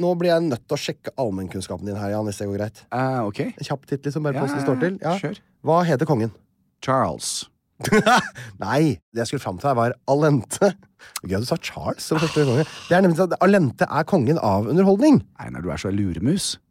nå blir jeg nødt til å sjekke allmennkunnskapen din her, Jan, hvis det går greit. Eh, ok. En kjapp titt, liksom, bare Ja, på hvordan det står til. ja, kjør. Hva heter kongen? Charles. Nei, det jeg skulle fram til her, var Alente. Gøy at du sa Charles som første konge. Det er nemlig sånn at Alente er kongen av underholdning. Einar, du er så luremus.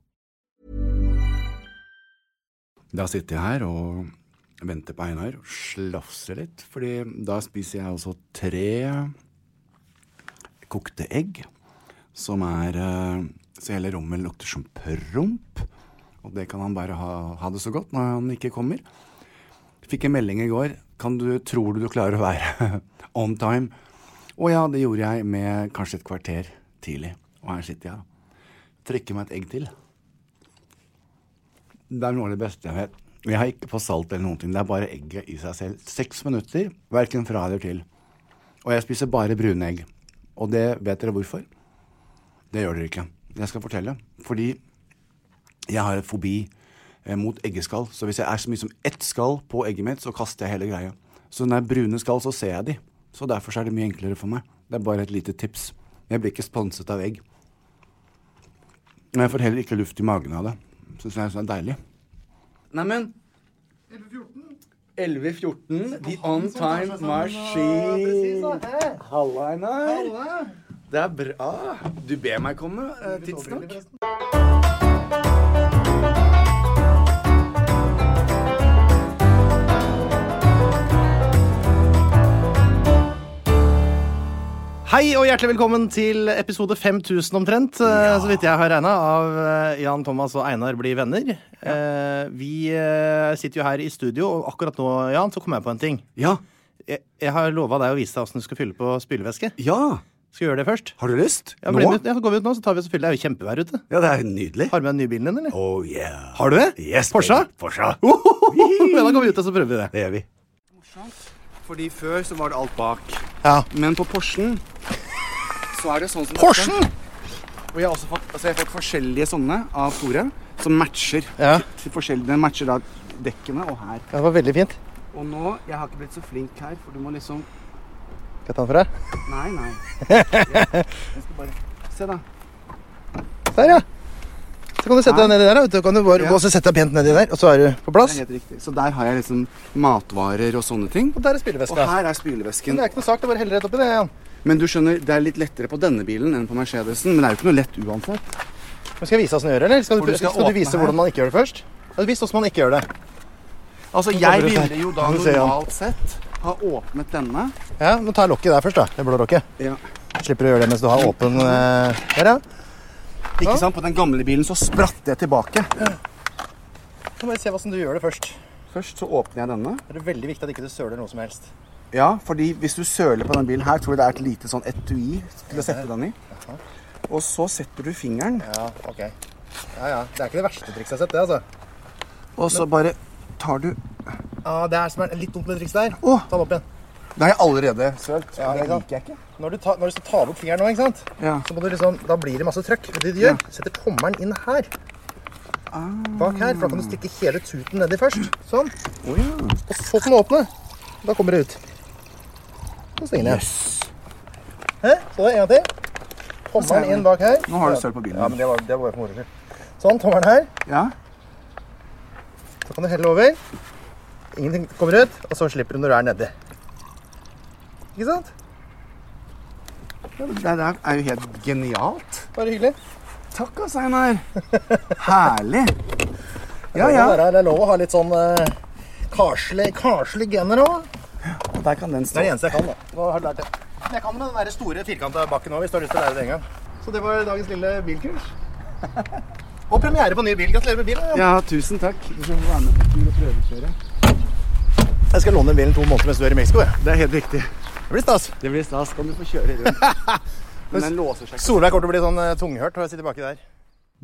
Da sitter jeg her og venter på Einar og slafser litt, fordi da spiser jeg altså tre kokte egg, som er eh, Så hele rommet lukter som promp, og det kan han bare ha, ha det så godt når han ikke kommer. Fikk en melding i går. Kan du, tror du du klarer å være on time? Å ja, det gjorde jeg med kanskje et kvarter tidlig. Og her sitter jeg. Trekker meg et egg til. Det er noe av det beste jeg vet. Jeg har ikke på salt eller noen ting. Det er bare egget i seg selv. Seks minutter, verken fra eller til. Og jeg spiser bare brune egg. Og det vet dere hvorfor? Det gjør dere ikke. Jeg skal fortelle. Fordi jeg har fobi eh, mot eggeskall. Så hvis jeg er så mye som ett skall på egget mitt, så kaster jeg hele greia. Så når det er brune skall, så ser jeg de. Så derfor så er det mye enklere for meg. Det er bare et lite tips. Jeg blir ikke sponset av egg. Men jeg får heller ikke luft i magen av det. Syns jeg det er deilig. Neimen 11.14. The On Time Machine. Halla, Einar. Det er bra. Du ber meg komme eh, tidsnok. Hei og hjertelig velkommen til episode 5000 omtrent, eh, så vidt jeg har regna, av eh, Jan Thomas og Einar blir venner. Eh, vi eh, sitter jo her i studio, og akkurat nå, Jan, så kom jeg på en ting. Ja. Jeg, jeg har lova deg å vise deg åssen du skal fylle på spylevæske. Ja. Skal vi gjøre det først? Har du lyst? Ja, bli Nå? med ut, ja, går vi ut nå, så tar vi oss og fyller. Det er jo kjempevær ute. Ja, det er nydelig. Har du med deg nybilen din, eller? Oh yeah. Har du det? Yes, Porsche? baby. Porsche. Oh, Ja, da går vi ut, og så prøver vi det. Det gjør vi. Fordi før så var det alt bak. Ja. Men på Porschen så er det sånn som dette. Og jeg har også fått, altså jeg har fått forskjellige sånne av Tore som matcher. Ja. Til forskjellige, den matcher da dekkene og her. Det var veldig fint. Og nå, jeg har ikke blitt så flink her, for du må liksom Skal jeg ta den for deg? Nei, nei. Jeg, jeg skal bare Se, da. Der, ja. Så kan du sette deg nedi der. da, vet Du kan du bare Ja. gå og så sette deg pent nedi der, og så er du på Det er plass. helt riktig. Så der har jeg liksom matvarer og sånne ting. Og der er Og spyleveska. her er Men spylevæsken. Det er ikke noe sak, det er bare heller rett oppi det. Jan. Men du skjønner, det er litt lettere på denne bilen enn på Mercedesen. Men det er jo ikke noe lett uansett. Men skal jeg vise hvordan du gjør det, eller skal du, For du skal skal du åpne vise her. hvordan man ikke gjør det først? Ja, du visste hvordan man ikke gjør det. Altså, kommer jeg det ut her. ville jo da Nå ser jeg han. normalt sett har åpnet denne. Ja, men Ta lokket der først, da. Det blå lokket. Ja. Slipper å gjøre det mens du har åpen eh, Der, ja. Ikke sant? På den gamle bilen så spratt jeg tilbake. Så må vi se hvordan du gjør det først. Først så åpner jeg denne. Det er veldig viktig at ikke du ikke søler noe som helst. Ja, fordi hvis du søler på denne bilen her, tror jeg det er et lite sånn etui til å sette den i. Og så setter du fingeren, Ja, ok. Ja, ja. Det er ikke det verste trikset jeg har sett, det, altså. og så bare tar du Ja, Det er som er litt dumt med det trikset der. Åh. Ta den opp igjen. Da har jeg allerede sølt. Ja, det ikke sant? liker jeg ikke. Når du, ta, når du skal ta bort fingeren nå, ikke sant? Ja. så må du liksom, da blir det masse trøkk. Det du gjør, setter tommelen inn her. Ah. Bak her, for da kan du stikke hele tuten nedi først. Sånn. Og så kan du åpne. Da kommer det ut. Så stenger den. Hæ? Så det en gang til. ser jeg Tommelen inn bak her. Nå har du sølt på bilen. Ja, men det var, det var bare for moro skyld. Sånn, tommelen her. Ja. Så kan du helle over. Ingenting kommer ut, og så slipper du når du er nedi. Ikke sant? Det der er jo helt genialt. Bare hyggelig. Takk, ass, Einar. Herlig. Ja, Det ja. er- Det er lov å ha litt sånn eh, karslig, karslig gener òg. Der kan den Det stå. er det eneste jeg kan, da. Nå har du lært det. Men jeg kan med den der store firkanta bakken òg, hvis du har lyst til å lære det en gang. Så det var dagens lille bilkurs. Og premiere på ny bil. Gratulerer med bilen. Ja, tusen takk. Du skal få være med på tur og prøvekjøre. Jeg skal låne den bilen to måneder mens du er i Mexico. jeg. Det er helt riktig. Det blir stas. Det blir stas. Kan du få kjøre rundt? Men den låser seg ikke. Solveig kommer til å bli sånn eh, tunghørt når jeg sitter baki der.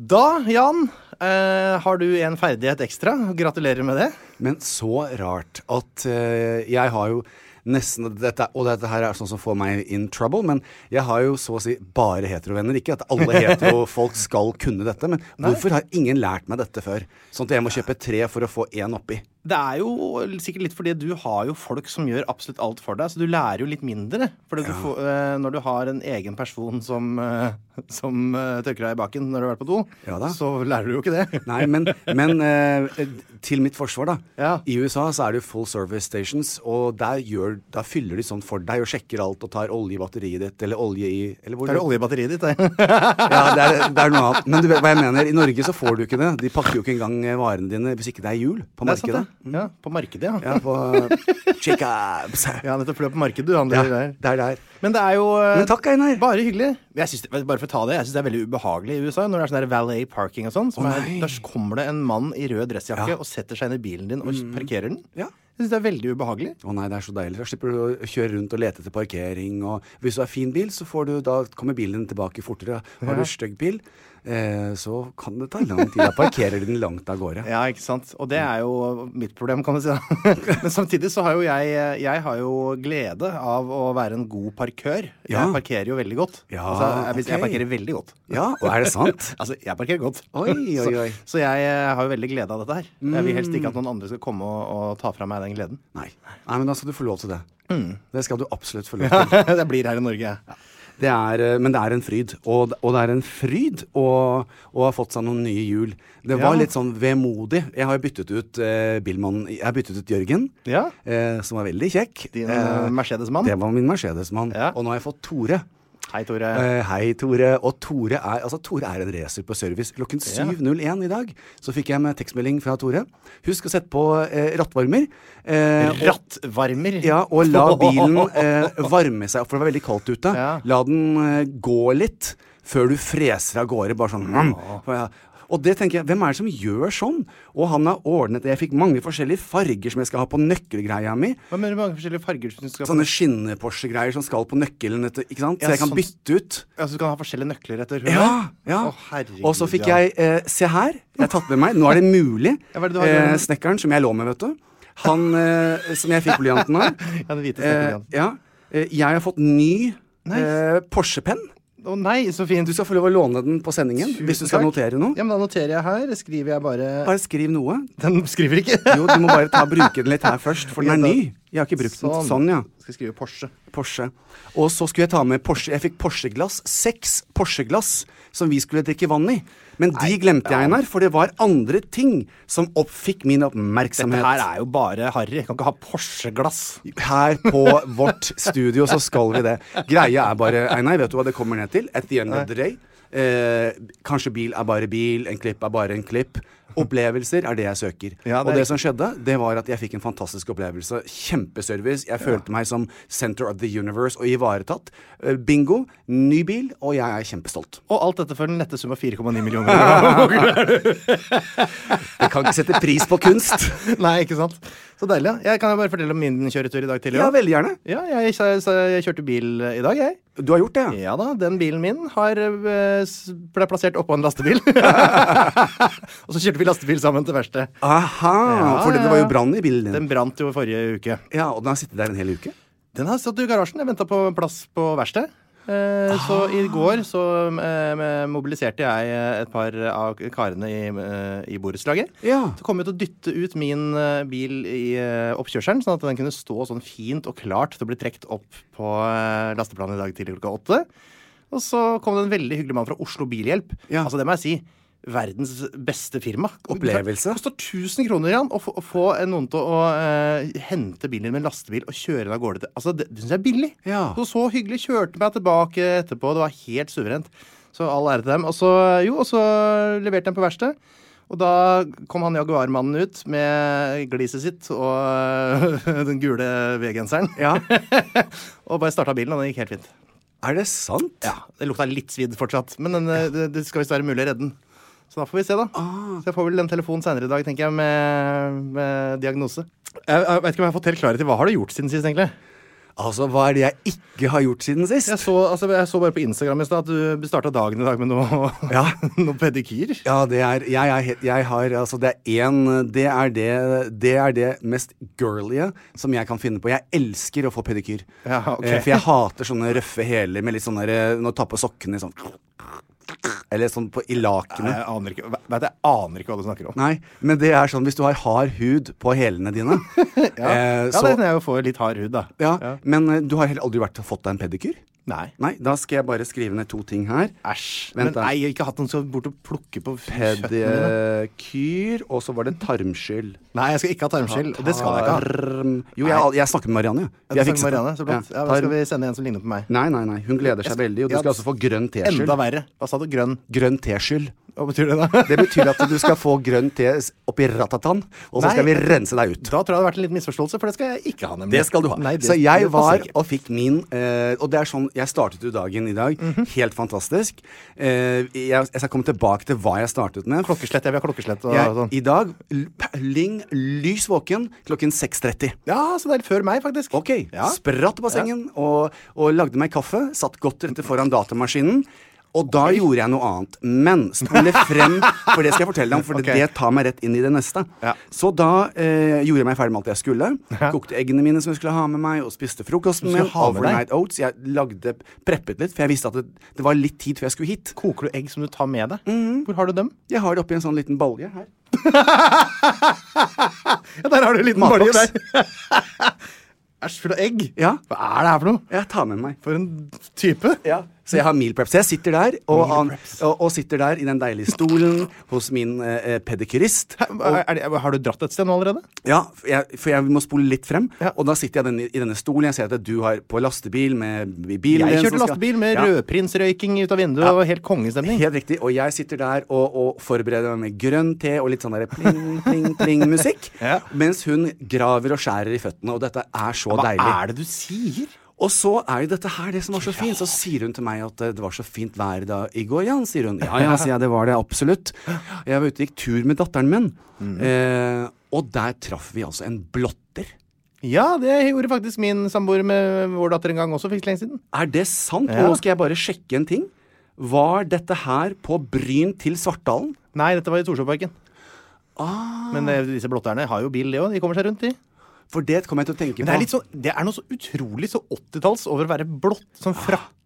Da, Jan, eh, har du en ferdighet ekstra. Gratulerer med det. Men så rart at eh, jeg har jo nesten dette, Og dette her er sånn som får meg in trouble, men jeg har jo så å si bare heterovenner. Ikke at alle heterofolk skal kunne dette, men hvorfor har ingen lært meg dette før? Sånn at jeg må kjøpe tre for å få én oppi. Det er jo sikkert litt fordi du har jo folk som gjør absolutt alt for deg, så du lærer jo litt mindre. Fordi du får, eh, når du har en egen person som, eh, som eh, tørker deg i baken når du har vært på do, Ja da. så lærer du jo ikke det. Nei, men, men eh, til mitt forsvar, da. Ja. I USA så er det jo full service stations, og der gjør, da fyller de sånn for deg og sjekker alt og tar olje i batteriet ditt, eller olje i eller hvor Da er du- det olje i batteriet ditt. det. Ja, det er, det er noe annet. Men du vet hva jeg mener. I Norge så får du ikke det. De pakker jo ikke engang eh, varene dine hvis ikke det er jul på Det er sant, markedet. det. Ja, på markedet, Mm. ja. Ja, på eh, Chickabs. Ja, nettopp fordi du er på markedet, du handler Ja, der. det er der. Men det er jo eh, Men takk, Einar. Bare hyggelig. Men Jeg synes, det- bare for å ta det, jeg syns det er veldig ubehagelig i USA når det er sånn der valet parking og sånn. som Å, er- nei. Da kommer det en mann i rød dressjakke Ja. og setter seg inn i bilen din og parkerer den. Ja. Jeg syns det er veldig ubehagelig. Å nei, det er så deilig. Da slipper du å kjøre rundt og lete etter parkering. Og hvis du har fin bil, så får du, da kommer bilen din tilbake fortere. Har du stygg bil, eh, så kan det ta lang tid. Da parkerer de den langt av gårde. Ja, ikke sant. Og det er jo mitt problem, kan du si. da. Men samtidig så har jo jeg, jeg har jo glede av å være en god parkør. Jeg Ja. parkerer jo veldig godt. Ja, altså, jeg, jeg ok. parkerer veldig godt. Ja, og er det sant? Altså, jeg parkerer godt. Oi, oi, oi. Så, så jeg eh, har jo veldig glede av dette her. Jeg vil helst ikke at noen andre skal komme og, og ta fra meg den gleden. Nei. nei, men da skal du få lov til det. Det skal du absolutt få lov til. jeg blir her i Norge, jeg. Det er, eh, men det er en fryd. Og, og det er en fryd å, å ha fått seg noen nye hjul. Det var Ja. litt sånn vemodig. Jeg har jo byttet ut eh, bilmannen Jeg har byttet ut Jørgen, Ja. eh, som var veldig kjekk. Din Eh, eh, Mercedes-mann. det var min Mercedes-mann. Ja. Og nå har jeg fått Tore. Hei, Tore. Eh, hei, Tore. Og Tore er, altså, Tore er en racer på service. Klokken 7.01 i dag så fikk jeg med tekstmelding fra Tore. Husk å sette på eh, rattvarmer. Eh, og- Rattvarmer. ja, og la bilen eh, varme seg opp, for det var veldig kaldt ute. Ja. La den eh, gå litt før du freser av gårde, bare sånn mm. For jeg- Og det tenker jeg, hvem er det som gjør sånn? Og han har ordnet det. Jeg fikk mange forskjellige farger som jeg skal ha på nøkkelgreia mi. Hva mener du med mange forskjellige farger som du skal Sånne skinne-Porsche-greier som skal på nøkkelen, etter- ikke sant? Ja, Så jeg kan sånn- bytte ut. Altså, du kan ha forskjellige nøkler etter hull? Ja, ja. Å, herregud, og så fikk ja. jeg eh, Se her, jeg har tatt med meg. Nå er det mulig. Ja, hva er det du har i eh, hånden? snekkeren som jeg lå med, vet du. Han eh, som jeg fikk blyanten av. Ja, den hvite Eh, snekkerbrianten. ja. Eh, jeg har fått ny Nice. eh, Porsche-penn. Å nei, så fint. Du skal få lov å låne den på sendingen Tusen hvis du skal takk. notere noe. Ja, men Da noterer jeg her. Skriver jeg bare Bare skriv noe. Den skriver ikke. Jo, du må bare ta, bruke den litt her først, for den er Ja, da. ny. Jeg har ikke brukt den. Sånn, ja. Skal skrive Porsche. Porsche. Og så skulle jeg ta med Porsche. Jeg fikk Porsche-glass. Seks Porsche-glass som vi skulle drikke vann i. Men de glemte jeg, Einar, for det var andre ting som opp, fikk min Dette oppmerksomhet. her er jo bare harry. Kan ikke ha Porsche-glass. Her på vårt studio så skal vi det. Greia er bare Einar, vet du hva det kommer ned til? At the end of the day. Eh, kanskje bil er bare bil, en klipp er bare en klipp. Opplevelser er det jeg søker. Ja, det er og det riktig. som skjedde, det var at jeg fikk en fantastisk opplevelse. Kjempeservice. Jeg følte meg som center of the universe og ivaretatt. Eh, Bingo, ny bil, og jeg er kjempestolt. Og alt dette for den nette sum av 4,9 millioner. Jeg kan ikke sette pris på kunst. Nei, ikke sant? Så deilig. ja. Jeg kan jo bare fortelle om min kjøretur i dag tidlig. Ja, også. veldig gjerne. Ja, jeg, så- så jeg kjørte bil i dag, jeg. Du har gjort det, ja. Ja da, den bilen min har, eh, s- ble plassert oppå en lastebil. og så kjørte vi lastebil sammen til verkstedet. Aha, Ja, for det, ja, det var ja. jo brann i bilen din. Den brant jo forrige uke. Ja, Og den har sittet der en hel uke? Den har stått i garasjen. Jeg venta på plass på verkstedet. Eh, Ah. Så i går så eh, mobiliserte jeg eh, et par av karene i, eh, i borettslaget. Ja. Så kom jeg til å dytte ut min eh, bil i eh, oppkjørselen, sånn at den kunne stå sånn fint og klart til å bli trukket opp på eh, lasteplanet i dag tidlig klokka åtte. Og så kom det en veldig hyggelig mann fra Oslo Bilhjelp. Ja. Altså, det må jeg si. Verdens beste firma. Opplevelse. Det koster 1000 kroner igjen å få, å få eh, noen til å eh, hente bilen din med en lastebil og kjøre den av gårde. til- Altså, det, det syns jeg er billig. Ja. Så, så hyggelig. Kjørte meg tilbake etterpå. Det var helt suverent. Så all ære til dem. Og så, jo, og så leverte jeg den på verksted. Og da kom han Jaguar-mannen ut med gliset sitt og den gule V-genseren. Ja. og bare starta bilen, og den gikk helt fint. Er det sant? Ja, Det lukta litt svidd fortsatt, men den, eh, det, det skal visst være mulig å redde den. Så da får vi se, da. Så jeg får vel en telefon seinere i dag, tenker jeg, med, med diagnose. Jeg, jeg vet ikke om jeg har fått helt klarhet i hva har du gjort siden sist, egentlig? Altså, hva er det jeg ikke har gjort siden sist? Jeg så, altså, jeg så bare på Instagram i stad at du starta dagen i dag med noe, Ja. noe pedikyr. Ja, det er Jeg, er, helt- jeg har Altså, det er én det, er det det er det mest girlige som jeg kan finne på. Jeg elsker å få pedikyr. Ja, ok. Eh, For jeg hater sånne røffe hæler med litt sånn derre Når du tar på sokkene i sånn Eller sånn på, i lakenet. Jeg aner ikke, vet, jeg aner ikke hva du snakker om. Nei, men det er sånn hvis du har hard hud på hælene dine eh, ja, så, det kan jeg jo få litt hard hud, da. ja, Men eh, du har heller aldri vært, fått deg en pedikyr? Nei. Nei, da skal jeg bare skrive ned to ting her. Æsj. Vent Men da. nei, jeg har ikke hatt noen som bort og plukke på kjøttene dine. Pedikyr, og så var det tarmskyld. Nei, jeg skal ikke ha tarmskjell. og Det skal jeg ikke ha. Tarm- Jo, jeg, jeg snakket med Marianne. jeg. Jeg fikset det. Marianne, så flott. Ja, Ja, da skal tarm- vi sende en som ligner på meg. Nei, nei, nei. Hun gleder seg veldig. Og du Ja, skal altså få grønn Enda teskyld. verre. Hva sa du? Grønn? Grønn teskyld. Hva betyr det, da? Det betyr at du skal få grønn te oppi ratatan, og så Nei. skal vi rense deg ut. Da tror jeg det har vært en liten misforståelse, for det skal jeg ikke ha. nemlig. Det skal du ha. Nei, det- så det jeg passer var ikke. og fikk min eh, Og det er sånn Jeg startet jo dagen i dag. Helt fantastisk. Eh, jeg, jeg skal komme tilbake til hva jeg startet med. Klokkeslett. Jeg vil ha klokkeslett og Jeg, sånn. I dag, l- p- ling lys våken klokken 6.30. Ja, så det er før meg, faktisk. Ok, Ja. spratt på sengen og, og lagde meg kaffe. Satt godt rette foran datamaskinen. Og da gjorde jeg noe annet. Men spole frem, for det skal jeg fortelle deg om. For Ok. det tar meg rett inn i det neste. Ja. Så da eh, gjorde jeg meg ferdig med alt jeg skulle. Kokte eggene mine som jeg skulle ha med meg, og spiste frokosten Du skulle min. ha med deg? Overnight oats. Jeg lagde, preppet litt, for jeg visste at det, det var litt tid før jeg skulle hit. Koker du egg som du tar med deg? Hvor har du dem? Jeg har det oppi en sånn liten balje her. Ja, Der har du en liten Matboks. balje der. Æsj, full av egg. Ja. Hva er det her for noe? Jeg tar med meg. For en type. Ja. Så jeg har meal prep. Så jeg sitter der, og, Meal an, preps. og, og sitter der i den deilige stolen hos min eh, eh, pedikyrist. Er, er, det- har du dratt et sted nå allerede? Ja, for jeg, for jeg må spole litt frem. Ja. Og da sitter jeg den, i denne stolen. Jeg ser at du har på lastebil med i bilen Jeg din som kjørte skal- lastebil med Ja, rødprinsrøyking ut av vinduet og helt kongestemning. Helt riktig. Og jeg sitter der og, og forbereder meg med grønn te og litt sånn der pling, pling, pling-musikk. Ja. Mens hun graver og skjærer i føttene, og dette er så Hva deilig. er det du sier? Og så er jo dette her det som var så fint. Så sier hun til meg at eh, det var så fint vær da i går, Jan, sier hun. Ja, ja, sier jeg, det var det absolutt. Jeg var ute og gikk tur med datteren min, Mhm. eh, og der traff vi altså en blotter. Ja, det gjorde faktisk min samboer med vår datter en gang også for ikke så lenge siden. Er det sant? Ja. Og nå skal jeg bare sjekke en ting. Var dette her på Bryn til Svartdalen? Nei, dette var i Torshovparken. Men eh, disse blotterne har jo bil, de òg. De kommer seg rundt, de. For det kom jeg til å tenke Men det på. er, litt sånn, det er noe så utrolig så 80-talls over å være blått. Sånn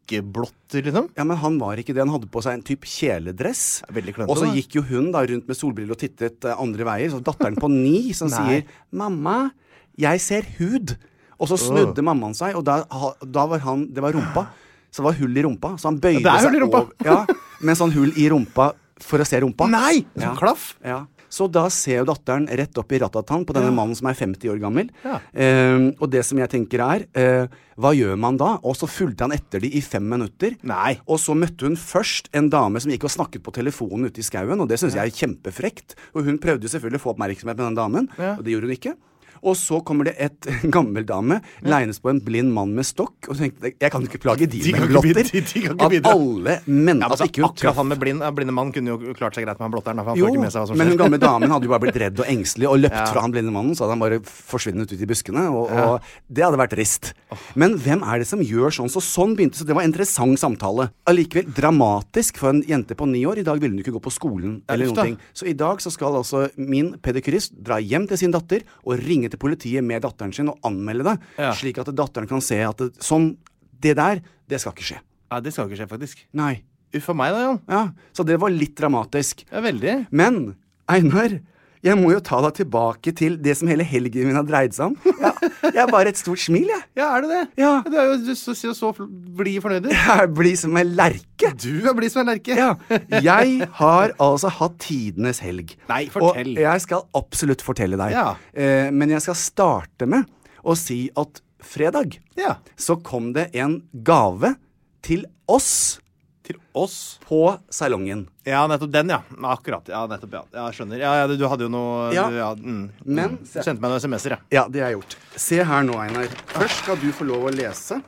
frakkeblotter, liksom. Ja, men han var ikke det. Han hadde på seg en type kjeledress. Det er veldig klønete, Og så da. gikk jo hun da rundt med solbriller og tittet eh, andre veier. Så datteren på ni som Nei. sier 'Mamma, jeg ser hud'. Og så snudde mammaen seg, og da, ha- da var han Det var rumpa. Så det var hull i rumpa. Så han bøyde Ja, det er seg hull i rumpa. over. Ja, med sånn hull i rumpa for å se rumpa. Nei! Ja. Sånn klaff. Ja. Så da ser jo datteren rett opp i ratatan på denne mannen som er 50 år gammel. Ja. Eh, og det som jeg tenker er eh, Hva gjør man da? Og så fulgte han etter de i fem minutter. Nei. Og så møtte hun først en dame som gikk og snakket på telefonen ute i skauen, og det syns jeg er kjempefrekt. Og hun prøvde jo selvfølgelig å få oppmerksomhet med den damen, og det gjorde hun ikke. Og så kommer det et gammel dame leines på en blind mann med stokk, og tenkte jeg kan jo ikke plage de, De kan med ikke bidra- blotter. de kan ikke Av bidra. alle menn. Ja, men altså, så ikke hun akkurat traff han med blind, eh, blinde mann kunne jo klart seg greit med han blotteren. da, For han jo, får ikke med seg hva som men skjer. hun gamle damen hadde jo bare blitt redd og engstelig og løpt fra han blinde mannen, så hadde han bare forsvunnet ut i buskene, og, og det hadde vært trist. Men hvem er det som gjør sånn? Så sånn begynte Så det var en interessant samtale. Allikevel dramatisk for en jente på ni år. I dag ville hun ikke gå på skolen eller uff da. noen ting. Så i dag så skal altså min pedikyrist dra hjem til sin datter og ringe til politiet med datteren sin og anmelde det, Ja. slik at datteren kan se at det, sånn Det der, det skal ikke skje. Ja, det skal jo ikke skje, faktisk. Nei. Uff a meg, da, Jan. Ja. Så det var litt dramatisk. Ja, veldig. Men Einar, jeg må jo ta deg tilbake til det som hele helgen min har dreid seg om. Jeg, jeg er bare et stort smil, jeg. Ja, er det det? Ja. Du er jo du, så, så, så fl- blid fornøyd. Jeg blir som en lerke. Du er blid som en lerke. Ja. Jeg har altså hatt tidenes helg. Nei, fortell. Og jeg skal absolutt fortelle deg. Ja. Eh, men jeg skal starte med å si at fredag Ja. så kom det en gave til oss Til oss. på salongen. Ja, nettopp den, ja. Ja, Akkurat. Ja, nettopp, ja. ja jeg skjønner. Ja, ja, du, du hadde jo noe Ja. Du, ja mm. Men- Du sendte meg noen SMS-er, ja. Ja, det har jeg gjort. Se her nå, Einar. Først skal du få lov å lese.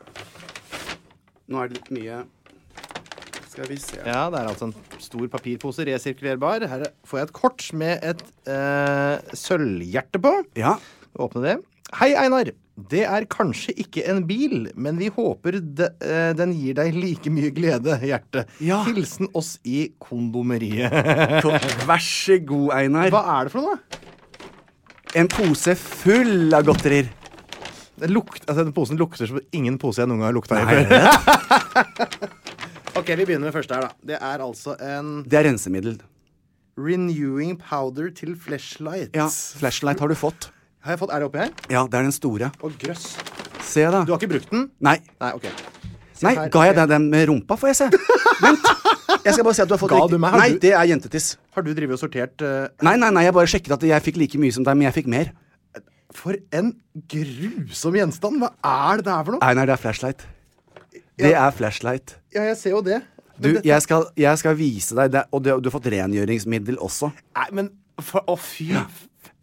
Nå er det litt mye Skal vi se. Ja, det er altså en stor papirpose, resirkulerbar. Her får jeg et kort med et eh, sølvhjerte på. Ja. Åpne det. Hei, Einar. Det er kanskje ikke en bil, men vi håper de, eh, den gir deg like mye glede, hjerte. Ja. Hilsen oss i kondomeriet. Vær så god, Einar. Hva er det for noe, da? En pose full av godterier. Det lukt, altså, den posen lukter som ingen pose jeg noen gang har lukta i før. Det Ok, Vi begynner med første her, da. Det er altså en er rensemiddel. renewing powder til flashlight. Ja, Flashlight har du fått. Har jeg fått, Er det oppi her? Ja, det er den store. Å, grøss. Se, da. Du har ikke brukt den? Nei. Nei, ok. Nei, her, Ga jeg ok. deg den med rumpa, får jeg se? Vent. Jeg skal bare se at du har fått Ga riktig. du meg? Har Nei, du- det er jentetiss. Har du drevet og sortert eh, Nei, nei, nei, jeg bare sjekket at jeg fikk like mye som deg, men jeg fikk mer. For en grusom gjenstand! Hva er det der for noe? Einar, det er flashlight. Det er flashlight. Ja, jeg ser jo det. Du, Men, dette- jeg skal, jeg skal vise deg det, og du, du har fått rengjøringsmiddel også. Nei, men for, Å, fy.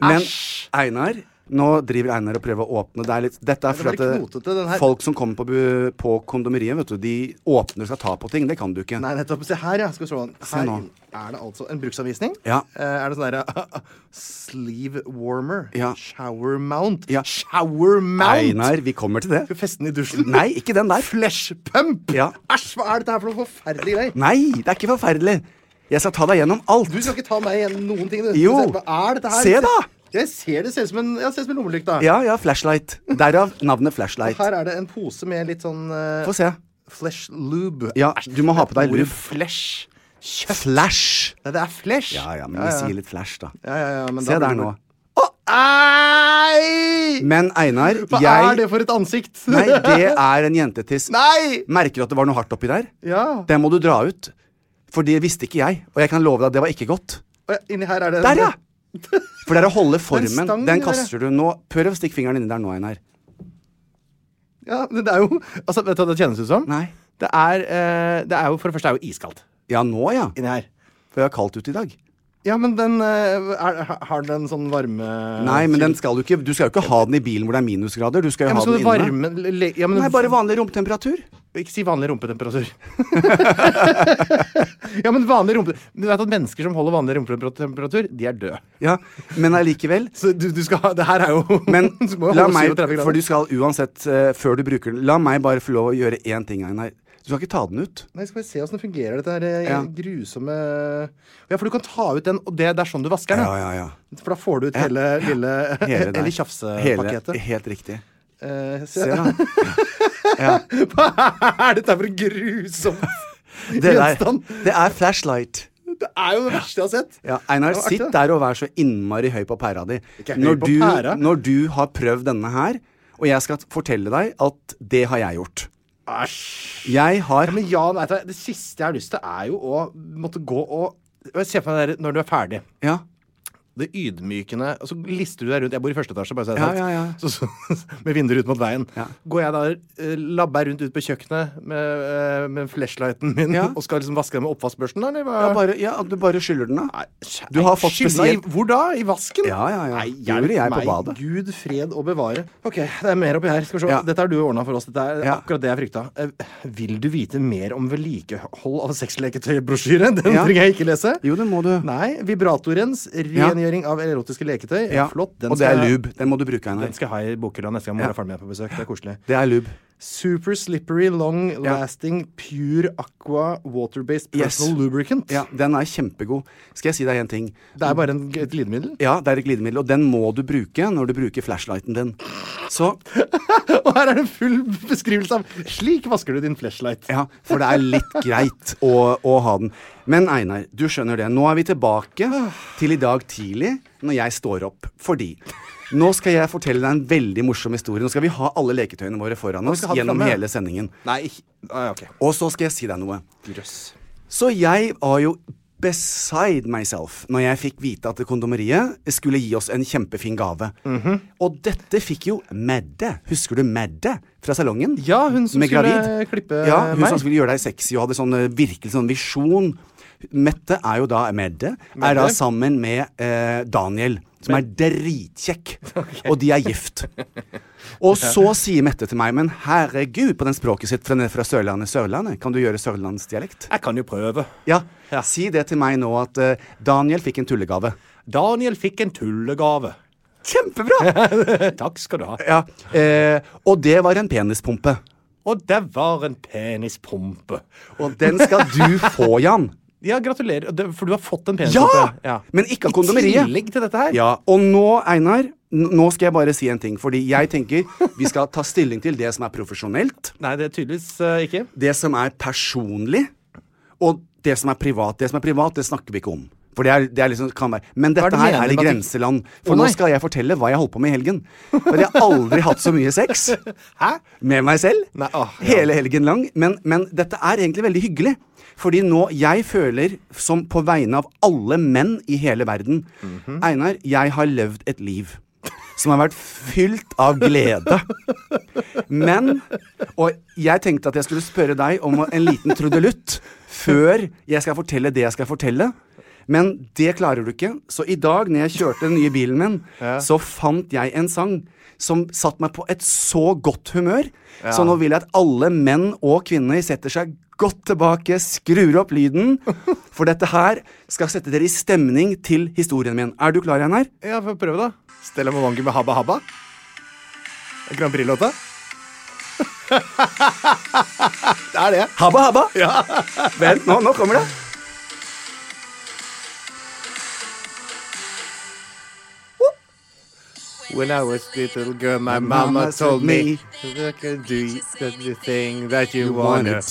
Men Æsj! Einar Nå driver Einar og prøver å åpne. Det er litt, dette er Det for var at litt det- knotete, den her. folk som kommer på, bu- på kondomeriet, vet du, de åpner og skal ta på ting. Det kan du ikke. Nei, nettopp. Se her, ja. Skal vi se. Her Se nå. er det altså en bruksanvisning. Ja. Eh, er det sånn derre Sleeve warmer. Ja. Shower mount. Ja. Shower mount! Einar, vi kommer til det. Skal vi feste den i dusjen? Nei, ikke den der. Flesh pump! Ja. Æsj, hva er dette her for noe forferdelig greier? Nei, det er ikke forferdelig. Jeg skal ta deg gjennom alt. Du skal ikke ta meg igjen noen ting, du. Jo. Hva er dette her? Se da! Jeg ser det ser ut som en, jeg ser ut som en lommelykt, da. Ja, ja, flashlight. Derav navnet flashlight. Her er det en pose med litt sånn eh, Få se. Flesh lube. Ja, du må ha på deg Ordet lube. Flesh. Flash. Nei, det er flesh. Ja, ja, men vi sier litt flash, da. Ja, ja, ja, men Se da der blir det- nå. Ei! Men Einar, Hva er det jeg for et ansikt? Nei, det er en jentetiss. Nei! Merker du at det var noe hardt oppi der? Ja. Den må du dra ut. For det visste ikke jeg, og jeg kan love deg at det var ikke godt. Og Inni her er det Der, ja! For det er å holde formen. stangen Den, der, ja. kaster du nå. Prøv å stikke fingeren inni der nå, Einar. Ja, men det er jo altså, Vet du hva det kjennes ut som? Nei. Det er, eh, det er jo, for det første er det jo iskaldt Ja, nå, ja. inni her. For jeg har kaldt ute i dag. Ja, men den eh, er, Har den sånn varme Nei, men den skal du ikke Du skal jo ikke ha den i bilen hvor det er minusgrader. Du skal ja, jo men ha skal den du inne. varme le, ja, men, Nei, bare vanlig romtemperatur. Ikke si vanlig rumpetemperatur. ja, men vanlig rumpe... Du vet at mennesker som holder vanlig rumpetemperatur, de er døde. Ja, Men allikevel. Så du, du skal ha Det her er jo Men Du må jo la holde meg 37 grader. For du skal uansett, eh, før du bruker den La meg bare få lov å gjøre én ting, Einar. Du skal ikke ta den ut. Nei, skal vi se åssen det fungerer, dette her eh, Ja. grusomme Ja, for du kan ta ut den, og det, det er sånn du vasker den. Ja, ja, ja. For da får du ut hele lille Hele der. Eller Hele, tjafsepakketet. helt riktig. Eh, Se, se- da. Ja. Hva er dette for en grusom Det, der, gjenstand? det er flashlight. Det er jo det verste jeg har sett. Ja, Einar, Det var artig, sitt da. der og vær så innmari høy på pæra di. Ikke høy Når på du, pæra. når du har prøvd denne her, og jeg skal fortelle deg at det har jeg gjort. Æsj. Jeg har Ja, men ja, nei, det siste jeg har lyst til, er jo å måtte gå og og Jeg ser for meg det der når du er ferdig. Ja. det ydmykende Og så lister du deg rundt. Jeg bor i første etasje, bare så det er Ja, sagt. ja, ja. Så, så, med vinduer ut mot veien. Ja. Går jeg da eh, labber rundt ut på kjøkkenet med, eh, med flashlighten min Ja. og skal liksom vaske den med oppvaskbørsten, da, eller? Hva? Ja, bare, ja, at du bare skyller den, da. Nei, Du har fått skylda spesielt- i, Hvor da? I vasken? Ja, ja, ja. Nei, Det hjelp gjorde jeg på meg. badet. Gud fred og bevare. Ok, det er mer oppi her. Skal vi se. Ja. Dette har du ordna for oss. Dette er Ja. akkurat det jeg frykta. Eh, Vil du vite mer om vedlikehold av sexleketøybrosjyre? Den Ja. trenger jeg ikke lese. Jo, det må du. Nei. Vibratorens rengjøring av erotiske leketøy. Ja. Flott. Den Og det er skal jeg- lube. Den må du bruke, Einar. Den skal jeg ha i bokhylla neste gang mor og faren min er på besøk. Det er koselig. Det er lube. Super slippery, long lasting, pure aqua water-based Yes. personal lubricant. Ja, den er kjempegod. Skal jeg si deg en ting? Det er bare en, et glidemiddel. Ja, det er et glidemiddel, og den må du bruke når du bruker flashlighten din. Så Og her er det full beskrivelse av 'slik vasker du din flashlight'. Ja, for det er litt greit å, å ha den. Men Einar, du skjønner det. Nå er vi tilbake til i dag tidlig, når jeg står opp. Fordi nå skal jeg fortelle deg en veldig morsom historie. Nå skal vi ha alle leketøyene våre foran oss skal ha det gjennom framme, ja. hele sendingen. Nei, ikke- ah, ok. Og så skal jeg si deg noe. Grøss. Så jeg var jo beside myself når jeg fikk vite at kondomeriet skulle gi oss en kjempefin gave. Mhm. Og dette fikk jo Medde, husker du Medde fra salongen? Ja, hun som Med skulle gravid. klippe ja, hun meg. som skulle gjøre deg sexy og hadde sånn eh, virkelig sånn visjon. Mette er jo da Medde, er da Medde. sammen med eh, Daniel, som er dritkjekk. Og de er gift. Og så sier Mette til meg, men herregud, på den språket sitt fra, fra Sørlandet, Sørlandet, kan du gjøre sørlandsdialekt? Jeg kan jo prøve. Ja, Ja. si det til meg nå at eh, Daniel fikk en tullegave. Daniel fikk en tullegave. Kjempebra! Takk skal du ha. ja, eh, og det var en penispumpe. Og det var en penispumpe. Og den skal du få, Jan. Ja, gratulerer. Og det- For du har fått en Ja! penispumpe. Men ikke av kondomeriet. I tillegg til dette her. Ja, og nå, Einar, n- nå skal jeg bare si en ting. Fordi jeg tenker vi skal ta stilling til det som er profesjonelt, Nei, det er tydeligvis eh, ikke. det som er personlig, og det som er privat. Det som er privat, det snakker vi ikke om. For det er, det er liksom, kan være. Men er det dette her meningen er i med at du- grenseland. For Å, nå nei. skal jeg fortelle hva jeg holdt på med i helgen. For jeg har aldri hatt så mye sex Hæ? med meg selv Nei, åh, ja. hele helgen lang. Men, men dette er egentlig veldig hyggelig. Fordi nå jeg føler som på vegne av alle menn i hele verden Mhm. Einar, jeg har levd et liv som har vært fylt av glede. Men Og jeg tenkte at jeg skulle spørre deg om en liten trudelutt før jeg skal fortelle det jeg skal fortelle. Men det klarer du ikke. Så i dag, når jeg kjørte den nye bilen min, så fant jeg en sang som satte meg på et så godt humør. Så nå vil jeg at alle menn og kvinner setter seg godt tilbake, skrur opp lyden. For dette her skal sette dere i stemning til historien min. Er du klar, Einar? Ja, få prøve, da. Stella Momangu med Habba Habba. Grand Prix-låta. det er det. Habba, habba! Vent, nå, nå kommer det. When I was little girl, my mama told me you can do everything that you wanna.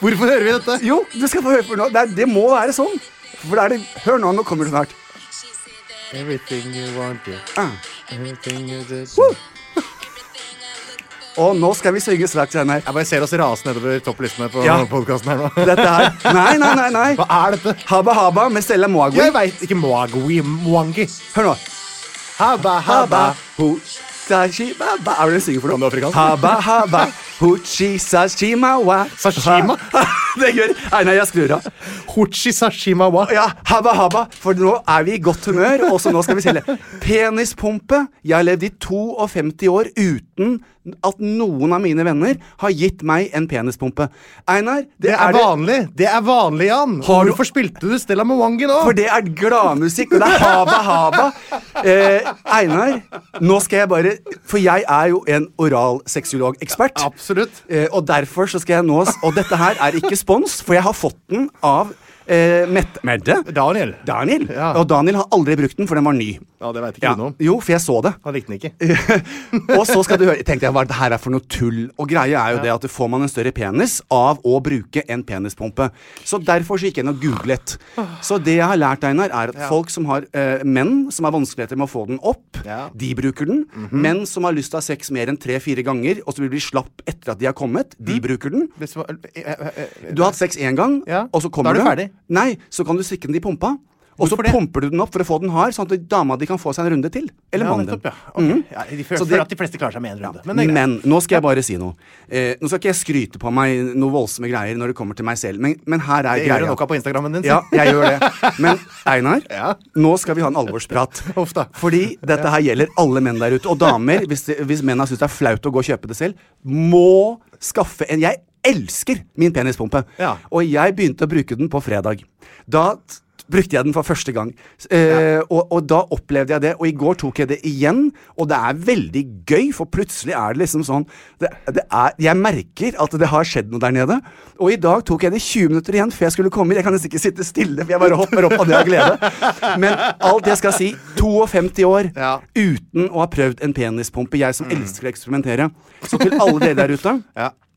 Hvorfor hører vi dette? Jo, du skal få høre for nå. Det, er, det må være sånn. For da er det Hør nå, nå kommer det snart. Everything you want to. Everything you did. Og nå skal vi synge straks, Einar. Jeg bare ser oss rase nedover topplistene på Ja. podkasten her nå. Dette her Nei, nei, nei. nei. Hva er dette? Habba Habba med Stella Moagui. Jeg veit ikke. Moagui Mwangi. Hør nå. Habba Habba, habba. hu, sashi, baba. Er det det du synger for Kan du noe? afrikansk? Habba, habba, huchi, sashima, wa. Sashima? det gjør Einar, jeg skrur av. Hochi sashimawa. Ja, habba, habba, for nå er vi i godt humør, og så nå skal vi selge. Penispumpe. Jeg har levd i 52 år uten at noen av mine venner har gitt meg en penispumpe. Einar, det, Det er vanlig. Det er vanlig, Jan. Har du- Hvorfor spilte du Stella Mwangi nå? For det er gladmusikk, og det er hava hava. Eh, Einar, nå skal jeg bare For jeg er jo en oralseksologekspert. Absolutt. Eh, og derfor så skal jeg nå s- Og dette her er ikke spons, for jeg har fått den av eh, Mette Medde. Daniel. Daniel. Ja. Og Daniel har aldri brukt den, for den var ny. Ja, det veit ikke Ja. du noe om. Jo, for jeg så det. Han likte den ikke. og så skal du høre, tenkte jeg, hva er det her er for noe tull? Og greia er jo det at får man en større penis av å bruke en penispumpe. Så derfor så gikk jeg inn og googlet. Så det jeg har lært, Einar, er at folk som har eh, menn som har vanskeligheter med å få den opp, Ja. Mhm. de bruker den. Menn som har lyst til å ha sex mer enn tre-fire ganger, og så blir de slapp Mhm. etter at de har kommet, de bruker den. Hvis man- eh, eh, eh, eh, Du har hatt sex én gang, Ja. og så kommer Da er du. du ferdig. Nei, så kan du stikke den i pumpa. Og så Hvorfor det? pumper du den opp for å få den hard, sånn at dama di kan få seg en runde til. Eller Ja, mannen din. nettopp, ja. Ok. Mhm. ja de føler, Så føler det- at de fleste klarer seg med en runde. Men, det er Men, greit. nå skal jeg bare si noe. Eh, nå skal ikke jeg skryte på meg noe voldsomme greier når det kommer til meg selv, men, men her er det gjør du greia. nok av på Instagrammen din. Ja, si. jeg gjør det. Men Einar, Ja. nå skal vi ha en alvorsprat. Uff da. Fordi dette her gjelder alle menn der ute. Og damer, hvis, hvis mennene syns det er flaut å gå og kjøpe det selv, må skaffe en Jeg elsker min penispumpe. Ja. Og jeg begynte å bruke den på fredag. Da t- brukte jeg den for første gang. S- Eh, og, og da opplevde jeg det. Og i går tok jeg det igjen, og det er veldig gøy, for plutselig er det liksom sånn det, det er, Jeg merker at det har skjedd noe der nede. Og i dag tok jeg det 20 minutter igjen før jeg skulle komme hit. Jeg kan nesten ikke sitte stille, for jeg bare hopper opp av det av glede. Men alt jeg skal si 52 år Ja. Mm. uten å ha prøvd en penispumpe, jeg som elsker å eksperimentere. Så til alle dere der ute. Ja.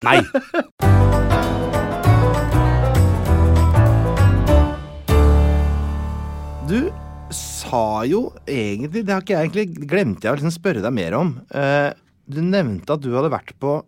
Nei! Du sa jo egentlig Det har ikke jeg egentlig glemte jeg å liksom spørre deg mer om. Eh, du nevnte at du hadde vært på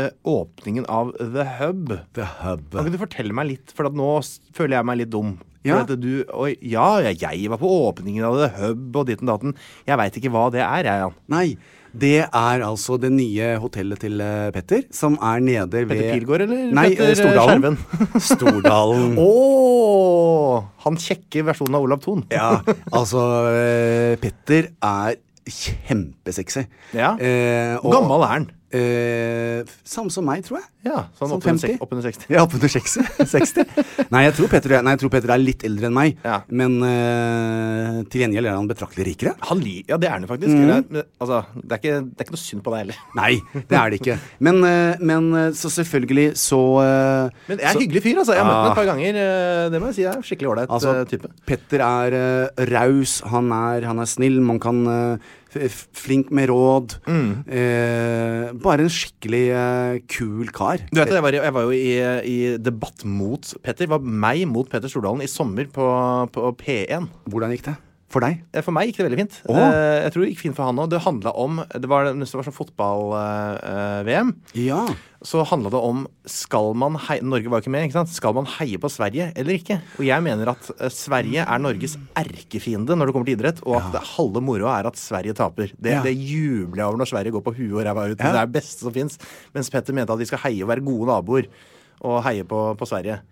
eh, åpningen av The Hub. The Hub. Kan ikke du fortelle meg litt, for at nå s- føler jeg meg litt dum. Ja. For at du, og, ja, ja, jeg var på åpningen av The Hub og ditten datten. Jeg veit ikke hva det er, jeg, Jan. Nei. Det er altså det nye hotellet til eh, Petter, som er nede ved Petter Pilgaard, eller Nei, Petter, eh, Stordalen. Skjerven? Stordalen. Å! han kjekke versjonen av Olav Thon. Ja, altså eh, Petter er kjempesexy. Ja. Eh, og- Hvor gammel er han? Eh, f- samme som meg, tror jeg. Ja, sånn Som opp under 50? sek- opp under 60. Ja, oppunder 60. 60. Nei, jeg tror Petter, er- nei, jeg tror Petter er litt eldre enn meg. Ja. Men eh, til gjengjeld er han betraktelig rikere. Han li ja, det er han jo faktisk. Det, er, men, altså, det, er ikke, det er ikke noe synd på deg heller. Nei, det er det ikke. Men, eh, men eh, så selvfølgelig så eh, Men jeg er så- en hyggelig fyr, altså. Jeg har møtt Ah. ham et par ganger. eh, Det må jeg si. Jeg er skikkelig ålreit Altså, eh, type. Petter er eh, raus, han er, han er snill, man kan eh, f- f- Flink med råd. Mm. Eh, bare en skikkelig eh, kul kar. Du vet, at jeg, var, i- jeg var jo i, i debatt mot Petter. Det var meg mot Petter Stordalen i sommer på, på P1. Hvordan gikk det for deg? Eh, For meg gikk det veldig fint. Åh. Eh, Jeg tror det gikk fint for han òg. Det handla om Det var nesten var sånn eh, fotball-VM. Ja. Så handla det om skal man hei- Norge var jo ikke med, ikke sant? Skal man heie på Sverige eller ikke? Og jeg mener at eh, Sverige er Norges erkefiende når det kommer til idrett, og at det halve moroa er at Sverige taper. Det, Ja. det jubler jeg over når Sverige går på huet og ræva ut. Det er det beste som fins. Mens Petter mente at de skal heie og være gode naboer og heie på, på Sverige.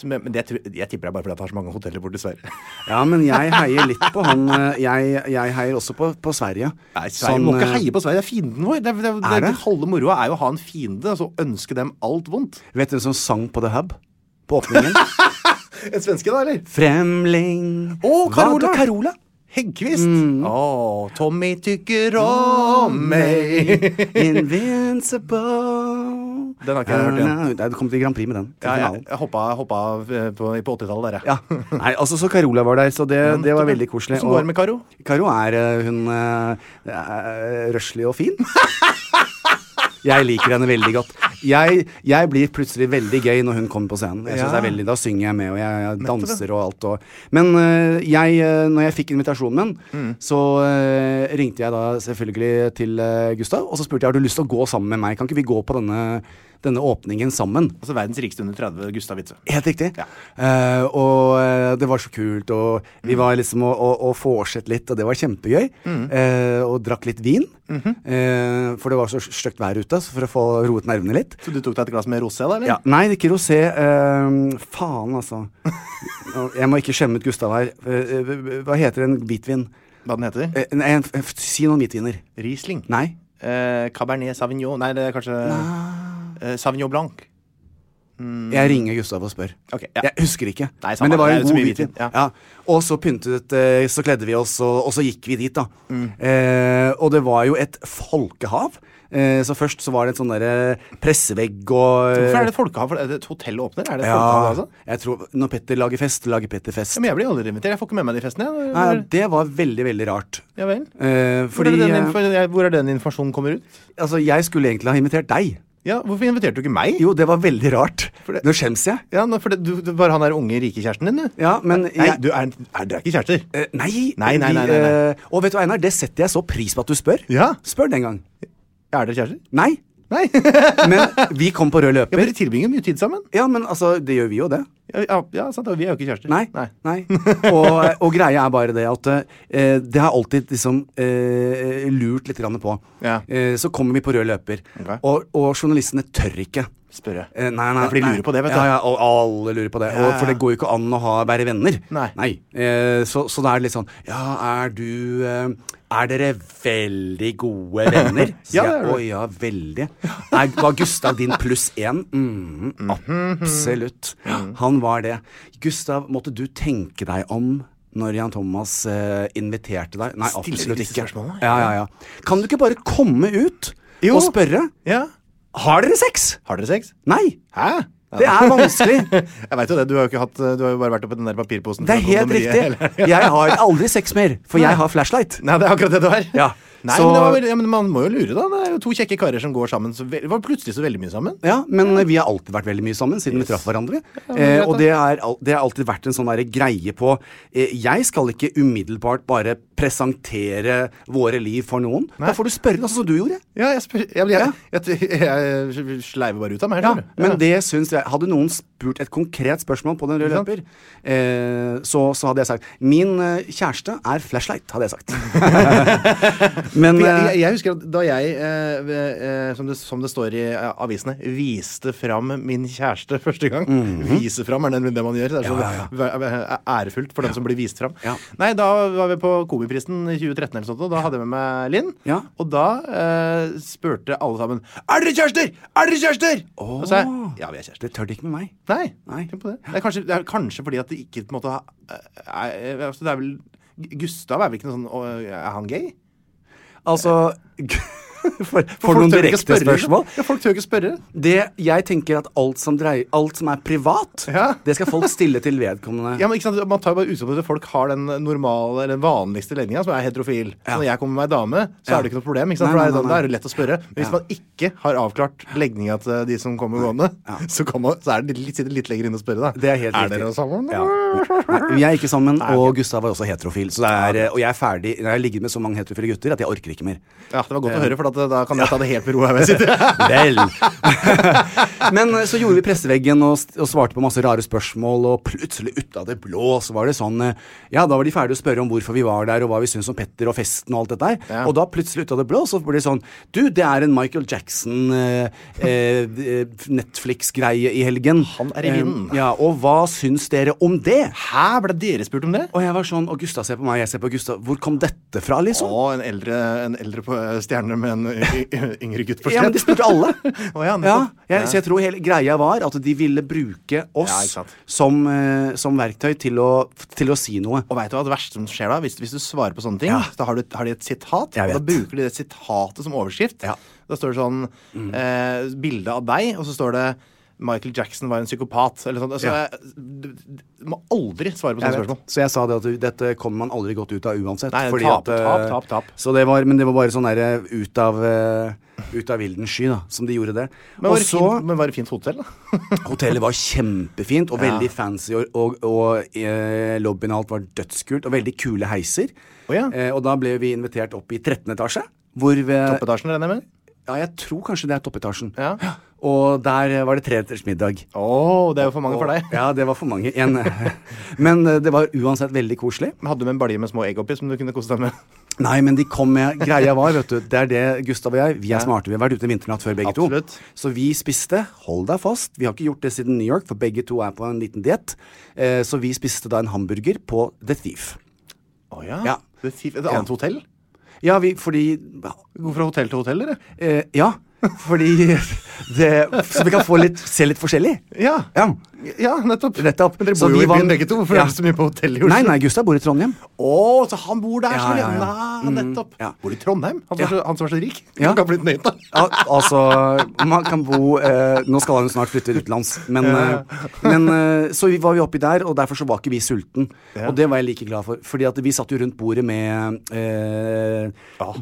Så, men men det, tror- jeg tipper det er bare fordi at det har så mange hoteller borte i Sverige. Ja, men jeg heier litt på han. eh, Jeg, jeg heier også på, på Sverige. Nei, Sverige må Sånn, ikke eh, heie på Sverige, det er fienden vår. Det, er- det, er- Er det? det, halve moroa er jo å ha en fiende, og så ønske dem alt vondt. Vet du hvem som sang på The Hub? På åpningen? En svenske, da, eller? Fremling. Å, Carola! Hva- Carola. Heggkvist. Mm. Å, Tommy tykker om meg. Invincible. Den har ikke jeg hørt igjen. Ah, Nei, nei, Du kom til Grand Prix med den. Til Ja, jeg, finalen. jeg hoppa, hoppa av, eh, på, på 80-tallet der, jeg. Ja. Nei, altså, så Carola var der, så det, det var veldig koselig. Hvordan går det med Karo? Karo er eh, hun eh, er røslig og fin. Jeg liker henne veldig godt. Jeg, jeg blir plutselig veldig gøy når hun kommer på scenen. Jeg synes det Ja. er veldig, Da synger jeg med, og jeg, jeg danser og alt. Og, men eh, jeg, eh, når jeg fikk invitasjonen min, Mm. så eh, ringte jeg da selvfølgelig til eh, Gustav, og så spurte jeg har du lyst til å gå sammen med meg. Kan ikke vi gå på denne, denne åpningen sammen? Altså verdens rikeste under 30, Gustav Witzøe. Helt riktig. Eh, og eh, det var så kult, og vi var liksom og, og, og vorsett litt, og det var kjempegøy. Eh, og drakk litt vin, eh, for det var så stygt vær ute, så for å få roet nervene litt. Så du tok deg et glass med rosé, da? eller? Ja, nei, det er ikke rosé. eh, faen, altså. Nå, Jeg må ikke skjemme ut Gustav her. Eh, eh, hva heter en hvitvin? Hva den heter? Eh, nei, en, f- si noen hvitviner. Riesling. Nei. Eh, Cabernet Sauvignon. Nei, det er kanskje eh, Sauvignon Blanc. Jeg ringer Gustav og spør. Ok, ja. Jeg husker ikke. Nei, samme men det var det, en det er jo så god mye hvitvin. hvitvin, ja. Ja. Og så pyntet eh, Så kledde vi oss, og, og så gikk vi dit, da. Mm. Eh, og det var jo et folkehav. Eh, så først så var det en sånn derre pressevegg og Hvorfor er det folkehav? Er det et hotell åpner? Er det et folkehav, ja, altså? jeg tror, Når Petter lager fest, lager Petter fest. Ja, men jeg blir aldri invitert. Jeg får ikke med meg de festene. jeg. Nei, det var veldig, veldig rart. Ja vel. Eh, fordi hvor, er det den, eh, info- jeg- hvor er den informasjonen kommer ut? Altså, jeg skulle egentlig ha invitert deg. Ja, Hvorfor inviterte du ikke meg? Jo, det var veldig rart. For det- Nå skjems jeg. Ja, nå, for det, du, du var han der unge, rike kjæresten din, du? Ja, men Nei, jeg- du er, er dere ikke kjærester? Eh, nei, Nei, nei, vi, nei, nei, nei. eh, Og vet du, Einar, det setter jeg så pris på at du spør. Ja. Spør den gang. eh, Er dere kjærester? Nei. Nei. ja, Men vi kom på rød men løper. Dere tilbringer jo mye tid sammen. Ja, men altså, det gjør vi jo det. Ja, ja, ja sant, og Vi er jo ikke kjærester. Nei. nei. Og, og greia er bare det at eh, det har alltid liksom eh, lurt litt grann på. Ja. Eh, så kommer vi på rød løper, Ok. og, og journalistene tør ikke. Spørre. Eh, nei, nei, for de lurer på det, vet du. Ja, ja, og alle lurer på det. Og, for det går jo ikke an å ha, være venner. Nei. Eh, så, så da er det litt sånn Ja, er du eh, Er dere veldig gode venner? Så Ja, sier det er jeg, du. Å ja, veldig. Er, var Gustav din pluss én? Mm, absolutt. Han var det. Gustav, måtte du tenke deg om når Jan Thomas eh, inviterte deg? Nei, Stiller absolutt disse ikke. spørsmålene? Ja, ja, ja. Kan du ikke bare komme ut Jo. og spørre? Ja. Har dere sex? Har dere sex? Nei. Hæ? Det er vanskelig. Jeg veit jo det. Du har jo ikke hatt Du har jo bare vært oppi den der papirposen. Det er fra helt kondomeriet riktig. hele- Jeg har aldri sex mer, for Nei. jeg har flashlight. Nei, det er akkurat det du har. Ja, Nei, så- men, det var, vel- ja, men man må jo lure, da. Det er jo to kjekke karer som går sammen. Så ve det var plutselig så veldig mye sammen. Ja, men vi har alltid vært veldig mye sammen siden vi traff hverandre. eh, og det er, al- det har alltid vært en sånn derre greie på eh, Jeg skal ikke umiddelbart bare presentere våre liv for noen. Da får du spørre, altså, som du gjorde. Ja, jeg, spør, jeg, jeg, jeg, jeg, jeg sleiver bare ut av meg. Ja, skjønner du? men det syns jeg Hadde noen spurt et konkret spørsmål på den røde Ikke sant? løper, eh, så, så hadde jeg sagt Min eh, kjæreste er flashlight, hadde jeg sagt. men For jeg, eh, jeg, jeg husker at da jeg, eh, eh, som, det, som det står i eh, avisene, viste fram min kjæreste første gang Mhm. Vise fram er nemlig det man gjør. Det er så væ- æ- ærefullt for dem som blir vist fram. Ja. Nei, da var vi på Komiprisen i 2013 eller sånt, og da hadde jeg med meg Linn. Ja. Og da eh, spurte alle sammen Er dere kjærester?! Er dere kjærester?! Og så sa jeg ja, vi er kjærester. Det tør de ikke med meg. Nei. Nei. Tenk på det. Det, er kanskje, det er kanskje fordi at det ikke på en måte, er, er, altså, Det er vel Gustav er vel ikke noe sånn «Å, Er han gay? Altså For, for, For folk noen tør ikke direkte spørre, spørsmål. liksom. Ja, folk tør ikke spørre. Det, jeg tenker at alt som, dreier, alt som er privat, Ja. det skal folk stille til vedkommende. Ja, men ikke sant? Man tar jo bare utgangspunkt i at folk har den normale, eller den vanligste legninga, som er heterofil. Så når jeg kommer med ei dame, så Ja. er det ikke noe problem. Ikke sant? Nei, For da er det nei, sånn, nei, da er det lett å spørre. Men hvis Ja. man ikke har avklart legninga til de som kommer gående, så, kan man, så er det litt, sitter det litt lenger inne å spørre, da. Det er helt er riktig. dere sammen? Ja. Nei, vi er ikke sammen, og Gustav er også heterofil. Så det er, eh, og jeg er ferdig Jeg har ligget med så mange heterofile gutter at jeg orker ikke mer. Ja, det var godt å høre, for at, eh, da kan jeg ta det helt med ro her hvor jeg sitter. Vel! Men eh, så gjorde vi presseveggen og, st- og svarte på masse rare spørsmål, og plutselig ut av det blå så var det sånn eh, Ja, da var de ferdige å spørre om hvorfor vi var der, og hva vi syntes om Petter og festen og alt dette der. Og da plutselig ut av det blå så ble det sånn Du, det er en Michael Jackson eh, eh, eh, Netflix-greie i helgen. Han er i vinden. Eh, ja, og hva syns dere om det? Hæ, ble dere spurt om det? Og jeg var sånn, og Gustav ser på meg, jeg ser på Gustav. Hvor kom dette fra, liksom? Å, en eldre, en eldre på- eh, stjerne med en en y- y- yngre gutt på Ja, men slett. de spurte alle. Å ja, ja, nettopp. jeg, så jeg tror hele greia var at de ville bruke Ja, ikke oss sant. som, eh, som verktøy til å, til å si noe. Og veit du hva det verste som skjer da? Hvis, hvis du svarer på sånne ting, Ja. så da har, du, har de et sitat, Jeg og da vet. bruker de det sitatet som overskrift. Ja. Mm. Da står det sånn eh, Bilde av deg, og så står det Michael Jackson var en psykopat. Eller sånt. Altså, Ja. jeg, du, du må aldri svare på Jeg vet. sånne spørsmål. Så jeg sa det at du, dette kommer man aldri godt ut av uansett. Nei, fordi at, tap, eh, tap, tap, tap. Så det var, men det var bare sånn derre ut av eh, ut av vilden sky, da, som de gjorde det. Men Og var, det så fint, men var det fint hotell, da? Hotellet var kjempefint og veldig fancy, og, og, og eh, lobbyen og alt var dødskult, og veldig kule heiser. Å ja. eh, og da ble vi invitert opp i 13. etasje. Hvor ved, Toppetasjen, regner jeg med? ja, jeg tror kanskje det er toppetasjen. Ja. Og der eh, var det treretters middag. Å, det er jo for mange for Og- deg. Ja, det var for mange. En, men eh, det var uansett veldig koselig. Men Hadde du med en balje med små egg oppi som du kunne kose deg med? Nei, men de kom med Greia var, vet du, det er det Gustav og jeg Vi er smarte. Vi har vært ute en vinternatt før, begge Absolutt. to. Så vi spiste Hold deg fast. Vi har ikke gjort det siden New York, for begge to er på en liten diett. Eh, så vi spiste da en hamburger på The Thief. Å ja. Ja. Det er fint. Et annet Ja. hotell? Ja, vi, fordi Gå fra hotell til hotell, eller? eh, Ja, fordi det, Så vi kan få litt, se litt forskjellig. Ja. Ja. Ja, nettopp. Nettopp. Men dere Så bor jo vi i var- byen begge to, for Ja. det er så mye på hotell i Oslo. Nei, nei, Gustav bor i Trondheim. Å, så han bor der, Ja, så ja, lenge! ja. Nei, nettopp. ja. Bor i Trondheim? Han som, er, så, han som er så rik? Ja. Han kan bli nøyd, da. Ja, altså, man kan bo eh, Nå skal han jo snart flytte utenlands, men, eh, men eh, Så vi var vi oppi der, og derfor så var ikke vi sulten. Og det var jeg like glad for. Fordi at vi satt jo rundt bordet med eh,